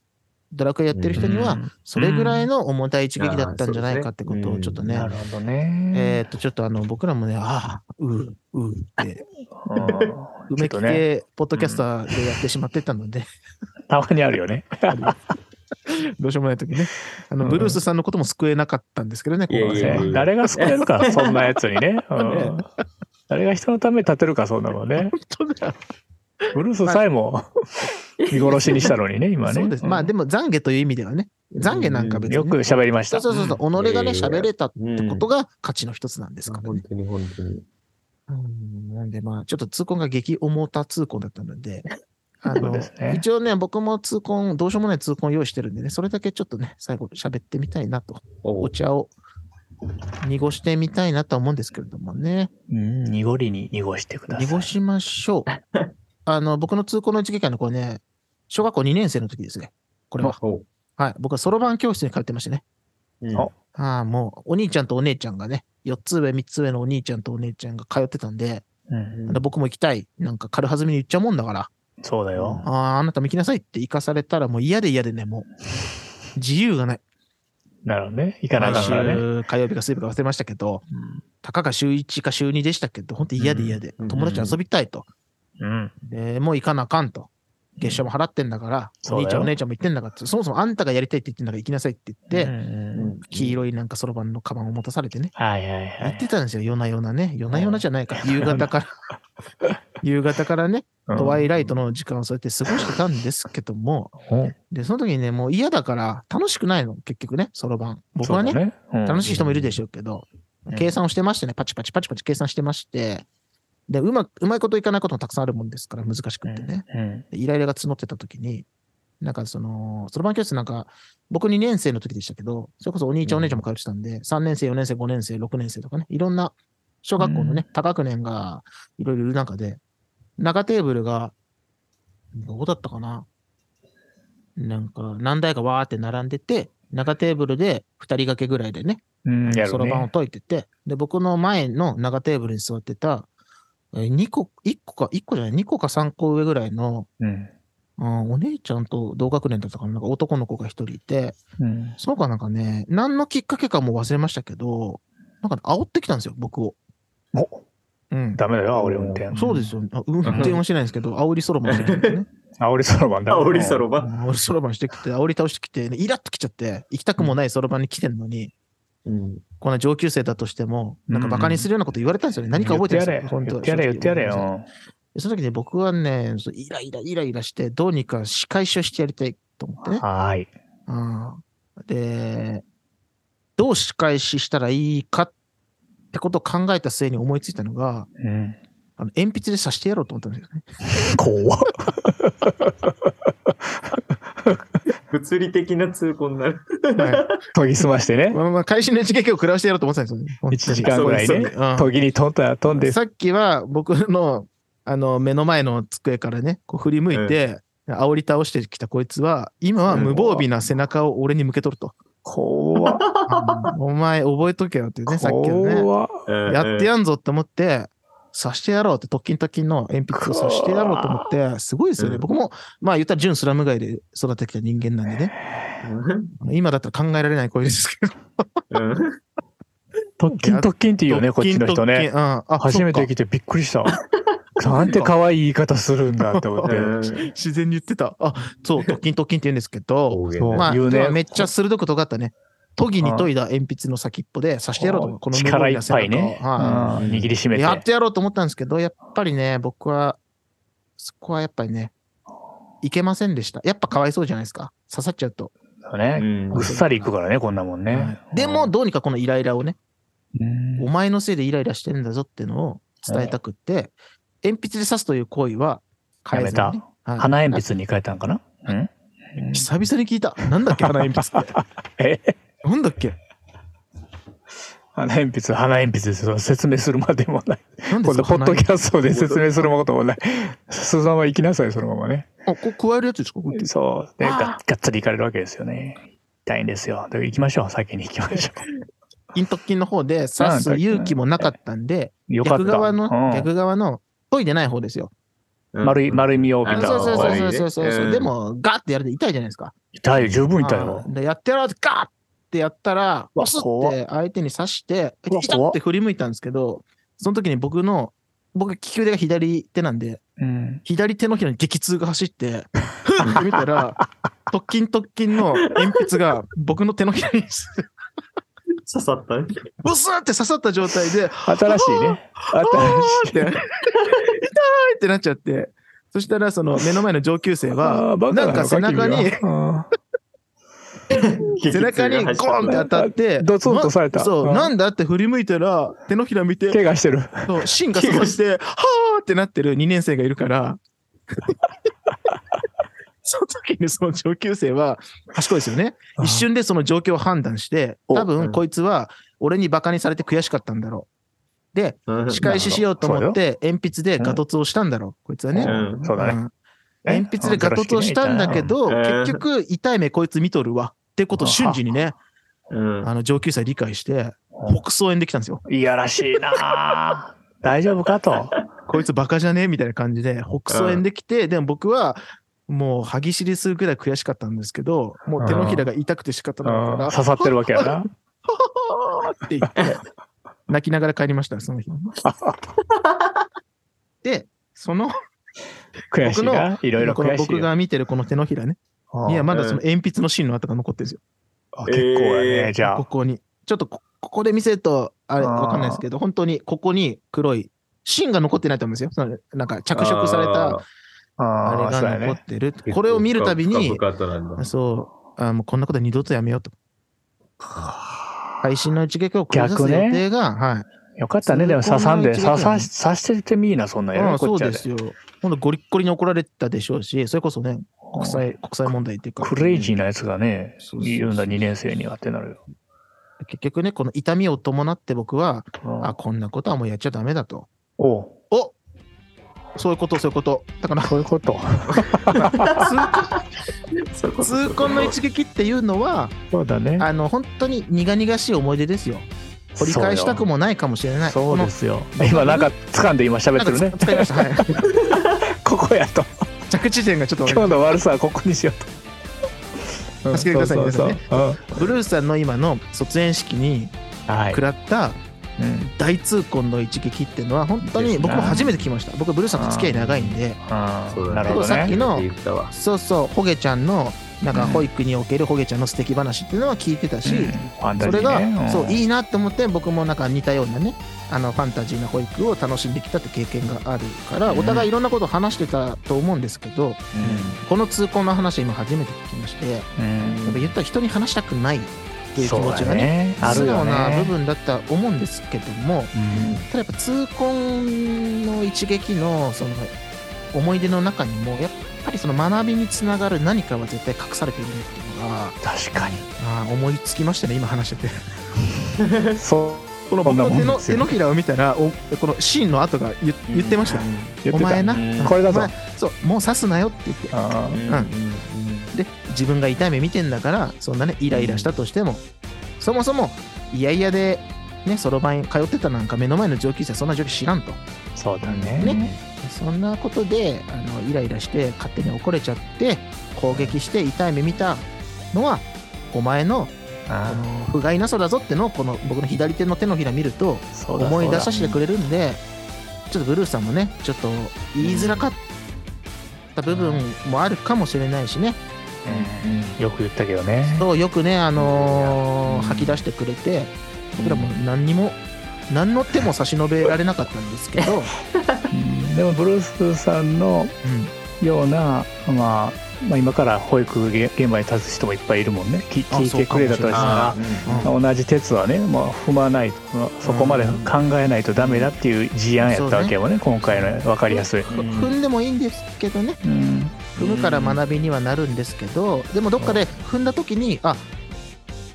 S1: ドラクエやってる人に
S2: う
S1: は、
S2: ん
S1: それぐらいの重たい一撃だったんじゃないかってこと
S3: あーそう
S1: を
S3: ですね
S1: ちょっとね
S2: な、るほどね。
S1: えっと、ちょっとあの、僕らもね、ああ、うう、うう って、
S2: う
S1: うめき
S2: ね、
S1: 系、ポッドキャスターでやってしまってたので、
S2: たまにあるよね。
S1: どうしようもない時ね、あの、
S2: うん
S1: ブルースさんのことも救えなかったんですけどね、ここは
S3: やいや
S1: ね。
S3: いや
S2: 誰が救え るか、そんなやつにね。うん誰が人のために立てるか、そんなのね。
S1: 本当だ
S2: ブルースさえも 見殺しにしたのにね、今ね。
S1: そうです。まあ、で
S2: も、
S1: も、懺悔という意味ではね、懺悔なんか別にね。
S2: よく喋りまし
S1: そう
S2: た。
S1: そうそうそう、己がね、
S3: いやいやいや
S1: 喋れたっ
S3: うん
S1: てことが価値の一つなんですから
S3: 本
S1: ね。
S3: 当に本当に。
S1: うん、なんでまあ、ちょっと痛恨が激重た痛恨だったの で、あ
S2: そう
S1: の、
S2: ですね
S1: 一応ね、僕も痛恨、どうしようもない痛恨用意してるんでね、それだけちょっとね、最後喋ってみたいなと、
S3: お
S1: お茶を濁してみたいなとは思うんですけれどもね、
S2: うん、濁りに濁してください。
S1: 濁しまし ょう。あの、僕の痛恨の一撃会のこれね、小学校2年生の時ですね、これは。
S3: お
S1: はい、僕はそろばん教室に通ってましてね、
S3: うん
S2: お
S1: ああ、もう、お兄ちゃんとお姉ちゃんがね、4つ上、3つ上のお兄ちゃんとお姉ちゃんが通ってたんで、
S2: うん
S1: あの僕も行きたい。なんか軽はずみに言っちゃうもんだから、
S2: そうだよ。
S1: ああ、あなたも行きなさいって行かされたらもう嫌で嫌でね、もう、自由がない。
S2: なるほどね。行かなあ
S1: 毎
S2: かんからね。
S1: 週火曜日か水曜日か忘れましたけど、たかが週1か週2でしたけど、本当嫌で嫌で、
S3: うん
S1: 友達と遊びたいと。
S2: うん。
S1: でもう行かなあかんと。月謝も払ってんだから、
S2: そ
S1: お
S2: うだよ
S1: 兄ちゃんお姉ちゃんも行ってんだからって、そもそもあんたがやりたいって言ってんだから行きなさいって言って、
S2: うん
S1: 黄色いなんかそろばんのカバンを持たされてね、
S2: はいはいは
S1: 行っ
S2: い。
S1: てたんですよ、夜な夜なね。夜な夜なじゃない か、夕方から。夕方からね、
S2: うん
S1: トワイライトの時間をそうやって過ごしてたんですけども、で、その時にね、もう嫌だから楽しくないの、結局ね、そろばん。僕はね、
S2: そうだうん
S1: 楽しい人もいるでしょうけど、
S2: うん
S1: 計算をしてましてね、パチパチパチパチ計算してまして、で、うま、うまいこといかないこともたくさんあるもんですから、難しくってね。
S2: うん
S1: でイライラが募ってた時に、なんかその、そろばん教室なんか、僕2年生の時でしたけど、それこそお兄ちゃんお姉ちゃんも通ってたんで、3年生、4年生、5年生、6年生とかね、いろんな小学校のね、多学年がいろいろいる中で、中テーブルが、どうだったかななんか、何台かわーって並んでて、中テーブルで2人掛けぐらいでね、
S2: うん。や
S1: そ
S2: る
S1: ろばんを
S2: ね。
S1: 解いてて、で、僕の前の長テーブルに座ってた、えー2個、1個か、1個じゃない、2個か3個上ぐらいの、
S2: うん。
S1: うんお姉ちゃんと同学年だったかな、なんか男の子が1人いて、
S2: うん
S1: その子はなんかね、何のきっかけかもう忘れましたけど、なんかね煽ってきたんですよ、僕を。
S2: お
S1: うん。
S2: ダメだよ、煽り運転。
S1: そうですよ。あ運転はしてないんですけど、煽りそろばんしてきてね。
S2: 煽りそろばんだ。
S3: 煽りそろばん。
S1: 煽りそろばんしてきて、煽り倒してきて、イラッときちゃって、行きたくもないそろばんに来てんのに、
S3: うん。
S1: こんな上級生だとしても、なんかバカにするようなこと言われたんですよね。何か覚えてるんですよ。
S2: 言
S1: 本当
S2: ってやれ、言ってやれ、言って
S1: 正直
S2: やれよ。
S1: でその時に僕はね、そうイライライライラして、どうにか仕返しをしてやりたいと思ってね。
S2: はーい。
S1: うん、で、どう仕返ししたらいいかってことを考えた末に思いついたのが、
S2: うん。
S1: あの鉛筆で刺してやろうと思ったんですよね。
S2: 怖っ。
S3: 物理的な痛恨になる。
S1: は
S2: 研ぎ澄まして
S1: い、
S2: ね。
S1: まあまあ、会心の一撃を食らわしてやろうと思ってたんですよね。本当に
S2: 1時間ぐらい
S1: そうで
S2: ね
S1: す。ようん
S2: 研ぎに飛んだ、飛んで。
S1: さっきは僕のあの目の前の机からね、こう振り向いて、煽り倒してきたこいつは、今は無防備な背中を俺に向けとる と。
S2: 怖っ。
S1: お前覚えとけよっていうね、さっきのね。
S2: 怖っ。
S1: やって
S3: ん。
S1: やんぞって思って、刺してやろうって、特勤特勤の鉛筆を刺してやろうと思って、すごいですよね。
S3: うん
S1: 僕も、まあ言ったら純スラム街で育ってきた人間なんでね。今だったら考えられない声ですけど。
S3: うん
S2: 特勤特勤って言うよね、こっちの人
S1: 特
S2: ね
S1: 勤。特勤うん、あ
S2: 初めて
S1: そっか
S2: 来てびっくりした。 なんて可愛い言い方するんだって思って。
S1: 自然に言ってた。あ、そう、特勤特勤って言うんですけど、
S3: 方言
S2: そう
S3: ね
S1: まあ、
S2: 言 うね
S1: でもめっちゃ鋭く尖ったね。研ぎに研いだ鉛筆の先っぽで刺してやろうと思って、この無防
S2: 力
S1: 備
S2: い
S1: な
S2: っ
S1: 背
S2: ぱ
S1: 中を
S2: いね。うん
S1: はい
S2: 握りしめて。
S1: やってやろうと思ったんですけど、やっぱりね、僕は、そこはやっぱりね、いけませんでした。やっぱかわいそうじゃないですか。刺さっちゃうと。
S2: そう
S3: う
S2: ね。
S3: ん
S2: ぐっさり行くからね、こんなもんね。
S1: で
S2: う
S1: も、
S2: ん、
S1: どうにかこのイライラをね、
S2: うん
S1: お前のせいでイライラしてんだぞっていうのを伝えたくって、鉛筆で刺すという行為は変えずに
S2: や
S1: ね
S2: め
S1: はい
S2: 花鉛筆に変えたんかなうん
S1: あ久々に聞いた。なんだっけ、花鉛筆 って。
S2: え
S1: なんだっけ
S2: 花鉛筆、花鉛筆ですよ。説明するまでもない。
S1: なんで
S2: 今
S1: す
S2: 度、
S1: か
S2: ポッ
S1: 花
S2: ド
S1: 鉛
S2: キャストで説明することもない。そのまま行きなさい、そのままね。
S1: 筆あ、こう加えるやつですかこうやって
S2: そう。で、
S1: あー
S2: ががっつり行かれるわけですよね。痛いんですよ。で行きましょう。先に行きましょ
S1: 金特金の方で刺す勇気もなかったんで、
S2: う。よかった。
S1: 逆側の
S2: う、ん
S1: 逆側の、研いでない方ですよ。
S2: 丸い、丸みを帯
S1: あ
S2: び
S1: そ
S2: た
S1: うそうそうそう
S3: ね
S1: そうそうそう、
S3: うん
S1: でも、ガーってやると痛いじゃないですか。
S2: 痛い、十分痛いよ
S1: あ。ーでやってやろうって、ガーってやったら、
S2: うわ
S1: 押すっ
S2: 怖
S1: て相手に刺して、
S2: うわ
S1: 痛
S2: 怖
S1: っ
S2: って
S1: 振り向いたんですけど、その時に僕の、僕、利き腕が左手なんで、
S2: うん。
S1: 左手のひらに激痛が走って、ふんって見た ら、特勤特勤の鉛筆が僕の手のひらに、
S3: 刺さったね。
S1: ブスーって刺さった状態で、
S2: 新しいね。新し
S1: って
S2: い。
S1: 痛いってなっちゃって、そしたらその目の前の上級生
S2: あ
S1: は
S2: ー、バカ
S1: なんか背中に、
S2: 君は
S1: 背中にゴーンって当たって、
S2: うんドツンとされた
S1: なそう、
S2: うん
S1: なんだって振り向いたら、手のひら見
S2: うん
S1: て、
S2: 怪我してる。
S1: そう芯が刺さって、はーってなってる2年生がいる から、その時にその上級生は、賢いですよね。一瞬でその状況を判断して、
S2: お
S1: 多
S3: う
S1: 分
S3: ん
S1: こいつは俺にバカにされて悔しかったんだろう。で、
S3: うん
S1: 仕返ししようと思って、鉛筆でガトツをしたんだろう。こいつはね。
S3: うん
S2: そうだね。
S1: うん鉛筆でガトツをしたんだけど、
S3: うん
S1: 結局痛い目こいつ見とるわってことを瞬時にね、
S3: うん。
S1: あの上級生理解して
S2: うん、
S1: 北総演できたんですよ。
S2: いやらしいな あ大丈夫かと。
S1: こいつバカじゃねえみたいな感じで、北総演できて、でも僕は、もう歯ぎしりするくらい悔しかったんですけど、もう手のひらが痛くて仕方
S2: う
S1: ないか
S2: ん
S1: ら、
S2: 刺さってるわけやな。
S1: はぁーって言って、泣きながら帰りました、その日。で、その、
S2: 悔しいな。いろいろ
S1: この
S2: 悔しい
S1: 僕
S2: よ。
S1: が見てるこの手のひらね、
S2: うん
S1: いや、まだ
S3: うん
S1: その鉛筆の芯の跡が残ってるんですよ。
S2: あ結構や
S3: えー
S2: ね、じゃ
S1: こ
S2: あ。
S1: こに。ちょっとこ、ここで見せると、あれ、
S2: あー
S1: わかんないですけど、本当にここに黒い芯が残ってないと思うんですよ。そのなんか着色された
S3: あ
S1: あ
S2: ああ、
S1: れ
S2: そう
S1: が
S2: や
S1: 残
S2: ね
S1: っ。てる。
S3: ー
S1: これを見るたびに
S3: 結、構深々となんだ
S1: そう、あもうこんなことは二度とやめようと。配信の一撃を繰り出す予
S2: 逆ね
S1: 定が、はい。
S2: よかったね、でも刺さんで、
S1: 通
S2: 刺
S1: 行の
S2: さ
S1: 一撃
S2: 刺しててみいな、そんなんや
S1: あ
S2: ろ、
S1: あ
S2: こ
S1: そ
S2: っ
S1: う
S2: ちは
S1: で
S2: ね。
S1: すよ。今度ゴリッゴリに怒られたでしょうし、それこそね、国際、国際問題っていうか。
S2: クレイジー
S1: ー。
S2: なやつがね
S1: そう、そうそう
S2: いるんだ、2年生にはってなるよ。
S1: 結局ね、この痛みを伴って僕は、
S2: うん
S1: あ、こんなことはもうやっちゃダメだと。
S2: おう
S1: おそういうこと、そういうこと。だから、
S2: そういうこと。
S1: 痛痛恨の一撃っていうのは、
S2: そうだね。
S1: あの、本当に苦々しい思い出ですよ。掘り返したくもないかもしれない。
S2: そうで
S1: こ
S2: すよ。今なんか掴んで今喋
S1: の。な
S2: って
S1: んか
S2: るね。
S1: 使いました。はい。
S2: ここやと。
S1: 着地点がちょっと分か
S2: 今日の悪さはここにしようと。
S1: 助けてください
S2: うんそうそうそう
S1: るブルースさんの今の卒園式に
S2: うんはい
S1: 食。らった
S2: うん
S1: 大痛恨の一撃っていうのは本当に僕も初めて聞きました僕ブルースさんと付き合い長いんで
S2: あ
S3: そう
S2: ーな
S3: だね
S2: るほど
S1: さっき
S2: ね。
S1: の
S3: 言ったわ。
S1: そうそうホゲちゃんのなん
S2: う
S1: か
S2: ん
S1: 保育におけるホゲちゃんの素敵話っていうのは聞いてたし、
S2: うんファンタ
S1: そ
S2: ジ
S1: れが、
S2: ーね。
S1: そう
S2: い。
S1: いいなって思って僕もなんか似たようなねあのファンタジーな保育を楽しんできたって経験があるから、
S2: うん
S1: お互いいろんなことを話してたと思うんですけどこの痛恨の話今初めて聞きましてやっ
S2: うん
S1: ぱ言ったら人に話したくないっていう気持ち
S2: そう
S1: が
S2: だ
S1: ね
S2: ね。あ
S1: 素
S2: るよ
S1: 直な部
S2: ね。
S1: 分だったと思うんですけども、
S2: うん
S1: ただやっぱ痛恨の一撃のその思い出の中にもやっぱりその学びにつながる何かは絶対隠されているっていうのが
S2: 確か
S1: あー思いつきましたね今話してて
S2: に。そう。
S1: この
S2: こ
S1: 僕
S2: んな
S1: の
S2: もん
S1: 手の
S2: です
S1: 手
S2: よ
S1: のひらを見たらおこのシーンの後が言言ってました、
S2: 言って
S1: お前
S2: た。
S1: な
S3: うん
S2: これだぞ
S1: お前そうもう刺すなよって言って
S2: あー
S1: んで自分が痛い目見てんだからそんなねイライラしたとしても、そもそも嫌々でねそろばん通ってたなんか目の前の上級生そんな上級知らんと
S2: そうだね
S1: ね。そんなことであのイライラして勝手に怒れちゃって攻撃して痛い目見たのはお前のあ
S2: あ
S1: の不甲斐なさだぞってのをこの僕の左手の手のひら見ると
S2: ーそうだ
S1: 思い出さ
S2: し
S1: せてくれるんでちょっとブルースさんもねちょっと言いづらかった部分もあるかもしれないしね
S2: よく言ったけどね。
S1: そうよくね、あのー
S2: うん
S1: 吐き出してくれて僕らも何にも何の手も差し伸べられなかったんですけど、
S2: でもブルースさんのような、まあ、まあ今から保育げ現場に立つ人もいっぱいいるもんねき
S1: あ
S2: 聞いてくれたとしたら
S3: あーうん
S1: うん
S2: 同じ鉄はね、まあ、踏まないまあそこまで考えないとダメだっていう事案やったわけもね今回の分かりやすい、
S1: うん踏んでもいいんですけどね
S2: うん
S1: 踏むから学びにはなるんですけど、でもどっかで踏んだ時にあ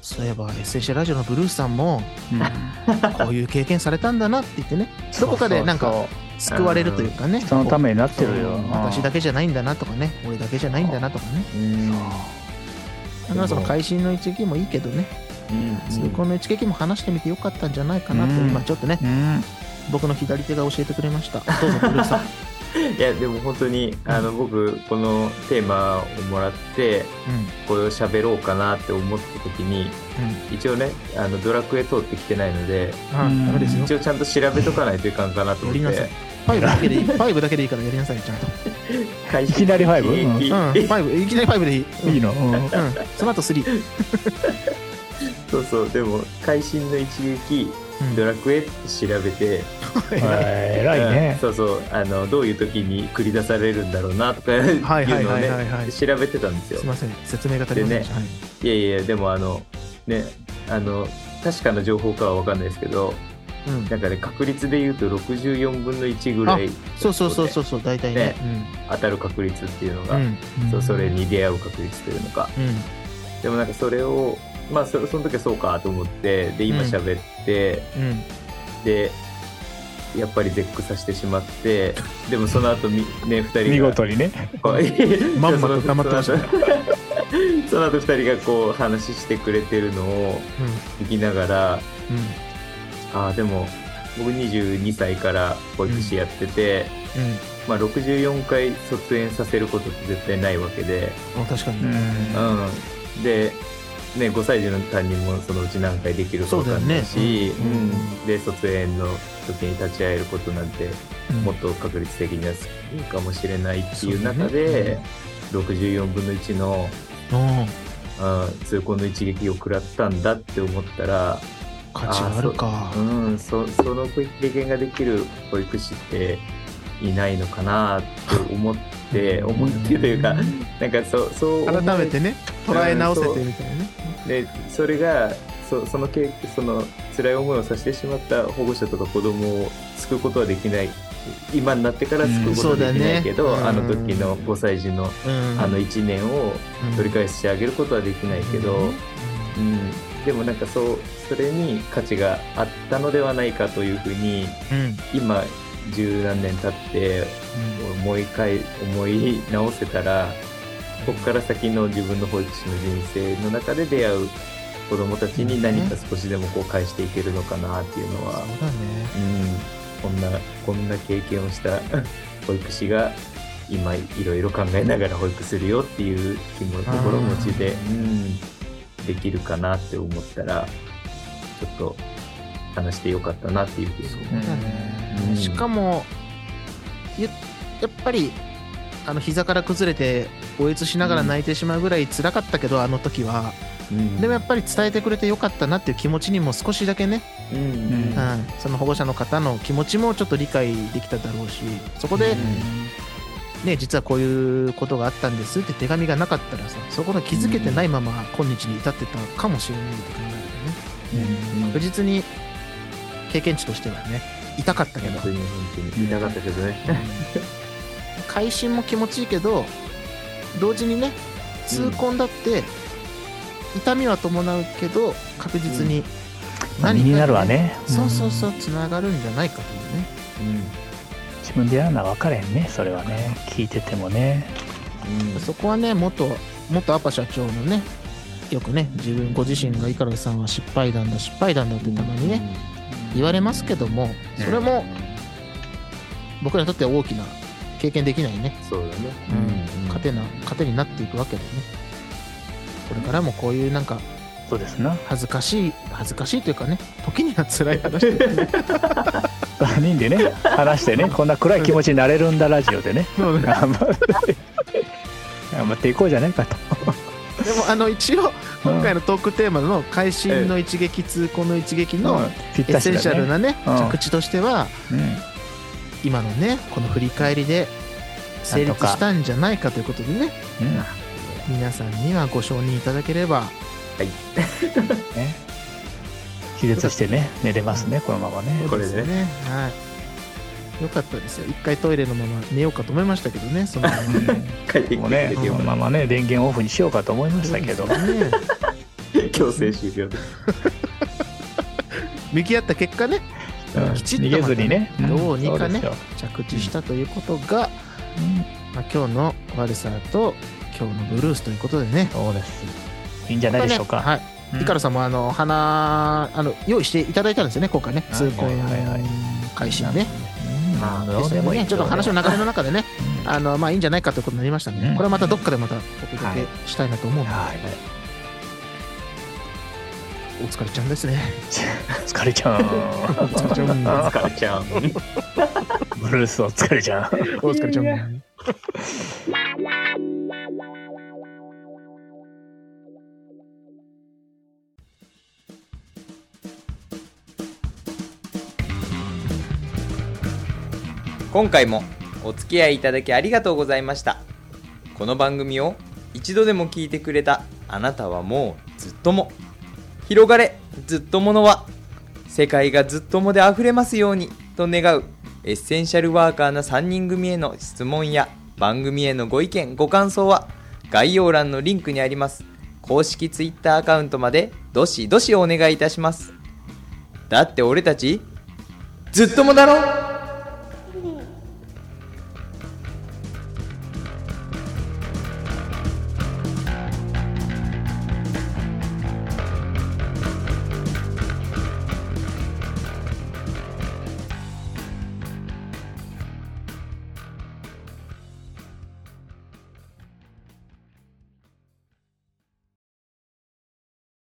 S1: そういえばエッセンシャルラジオのブルースさん もこういう経験されたんだなって言ってねどこかでなん
S2: そう
S1: か
S2: そう
S1: 救われるというかね
S2: 人のためになってるよ
S1: そう私だけじゃないんだなとかね俺だけじゃないんだなとかねだからその会心の一撃もいいけどね痛恨の一撃も話してみてよかったんじゃないかなと
S2: うん
S1: 今ちょっとね
S2: うん
S1: 僕の左手が教えてくれましたどうぞブルース さん
S3: いやでも本当にあの僕このテーマをもらってこれを喋ろうかなって思った時に一応ねあのドラクエ通ってきてないので
S1: うん、うん、はいダメですよ
S3: 一応ちゃんと調べとかないといかんかなと思っ
S1: やりな
S3: て
S1: さい5だけでいい5だけでいいからやりなさいちゃんと
S3: 開
S2: い
S3: 始
S2: きなりファイブうん
S1: うん5いきなり5でいい、うん
S2: いいの、うん
S1: うん、その後3、うん、
S3: そうそうでも会心の一撃ドラクエって調べて
S2: 偉い
S3: うん
S2: ね、
S3: そうそうあのどういう時に繰り出されるんだろうなとかいう
S1: はいはい
S3: のを
S1: はいはい
S3: ね
S1: はいす
S3: 調べてたんですよ
S1: いません説明が足りませんでした、
S3: いやいやでもあのねあの確かな情報かは分かんないですけど
S1: はい、うん、
S3: なんかね確率で言うと64分の1ぐらい
S1: そうそうそうそうそう大体ね
S3: ね当たる確率っていうの
S1: うん
S3: が、
S1: うん
S3: そうそれに出会う確率というのかでもなんかそれをまあそその時はそうかと思ってで今
S1: うん
S3: 喋って、
S1: うんうん
S3: でやっぱり絶句させてしまってでもその後みね2人が
S2: 見事にね
S3: こう
S1: まんまと頑張ってましたね
S3: そのその後 その後二人がこう話してくれてるのを聞きながら、
S1: うん
S3: ああ、でも、僕22歳から保育士やってて、
S1: う
S3: まあ64回卒園させることって絶対ないわけで、
S1: んあ確かに、
S3: うん、で、ね、5歳児の担任もそのうち何回できるか分かんないし、
S1: そうだよね
S3: うんで卒園の時に立ち会えることなんてもっと確率的には少ないかもしれないっていう中で、64分の1の、
S1: うん、
S3: うん、痛恨の一撃を食らったんだって思ったら、
S1: 価値があるか
S3: うん、そその経験ができる保育士っていないのかなって思って思ってというかなんかそうそう思う
S1: 改めてね捉え直せてみたいなね、
S3: でそれがそその経その辛い思いをさせてしまった保護者とか子供を救うことはできない今になってから救うことはできないけ
S1: う
S3: ど、
S1: んそうだ
S3: あ
S1: ね
S3: の時の5歳児の
S1: うん
S3: あの1年を取り返してあげることはできないけど、
S1: うん
S3: うん、でもなんかそうそれに価値があったのではないかというふうに
S1: うん
S3: 今十何年経って思い返思い直せたらここから先の自分の保育士の人生の中で出会う子どもたちに何か少しでもこう返していけるのかなっていうのは、
S1: そうだね
S3: うん、こんなこんな経験をした 保育士が今いろいろ考えながら保育するよっていう気も心持ちで、うん、できるかなって思ったらちょっと話してよかったなっていうふうに
S1: そうだね、
S3: うん
S1: しかもゆやっぱりあの膝から崩れておえつしながら泣いてしまうぐらい辛かったけど、あの時は
S3: うん
S1: でもやっぱり伝えてくれてよかったなっていう気持ちにも少しだけね、
S3: うん
S1: うんその保護者の方の気持ちもちょっと理解できただろうしそこで、ね実はこういうことがあったんですって手紙がなかったらさそこが気づけてないまま今日に至ってたかもしれないって考えるとね確実に経験値としてはね痛かったけど
S3: 本当に本当に痛かったけどね。
S1: 会心も気持ちいいけど同時にね痛恨だって痛みは伴うけど確実に
S2: まあ身
S1: か
S2: になるわね
S1: そうそうそうつながるんじゃないかというね
S2: 自分でやるのは分かれへんねそれはね聞いててもね
S1: そこはね元元アパ社長のねよくね自分ご自身がカロさんは失敗談だ失敗談だってたまにね言われますけどもそれも僕らにとっては大きな経験できないね
S3: そうだね。
S1: 糧な糧になっていくわけでねこれからもこういうなんか
S2: そうですな
S1: 恥ずかしい恥ずかしいというかね時には辛い話
S2: 3人でね話してねこんな暗い気持ちになれるんだラジオでね
S1: そうね
S2: 頑張って頑張っていこうじゃないかと
S1: でもあの一応
S2: うん
S1: 今回のトークテーマの「会心の一撃痛恨の一撃」
S2: う
S1: の
S2: んぴっ
S1: エッ
S2: た
S1: セ
S2: し
S1: ンシ
S2: だ
S1: ャル
S2: ね
S1: なね
S2: うん
S1: 着地としては
S2: うん
S1: 今のねこの振り返りで成立したんじゃないかということでね
S2: うん
S1: 皆さんにはご承認いただければ
S2: ね気絶してね寝れますねこのままね
S3: これでね。
S1: ねはいよかったですよ一回トイレのまま寝ようかと思いましたけどねそのまま
S3: 帰ってきて
S2: うんも
S3: く
S2: う
S3: れ
S2: ね
S3: て
S2: このままね電源オフにしようかと思いましたけど
S1: ね
S3: 強制終了で。
S1: 向き合った結果ね
S2: うん
S1: きちっと
S2: 逃げずにね
S1: また
S2: ん
S1: どうにかね
S2: そうですよ
S1: 着地したということが、
S2: うん
S1: まあ、今日のワルサーと今日のブルースということでね。
S2: そうですいいんじゃないでしょうか
S1: はい。イカロさんもあの花あの用意していただいたんですよね今回ね
S2: はい
S1: 通行
S2: はいはいはい
S1: 開始ね。
S2: うんまあどうでもいい
S1: ねちょっと話の流れの中でね
S2: うん
S1: あのまあいいんじゃないかということになりましたね。
S2: うん
S1: これはまたどっかでまたお届けしたいなと思うので、
S2: はい
S1: お疲れちゃんです ね。
S2: 疲れちゃう
S1: お疲れちゃん。
S3: 疲れちゃう。
S2: ブルースお疲れちゃう
S1: お疲れちゃん。
S5: 今回もお付き合いいただきありがとうございましたこの番組を一度でも聞いてくれたあなたはもうずっとも広がれずっとものは世界がずっともであふれますようにと願うエッセンシャルワーカーな3人組への質問や番組へのご意見ご感想は概要欄のリンクにあります公式 Twitter アカウントまでどしどしお願いいたしますだって俺たちずっともだろ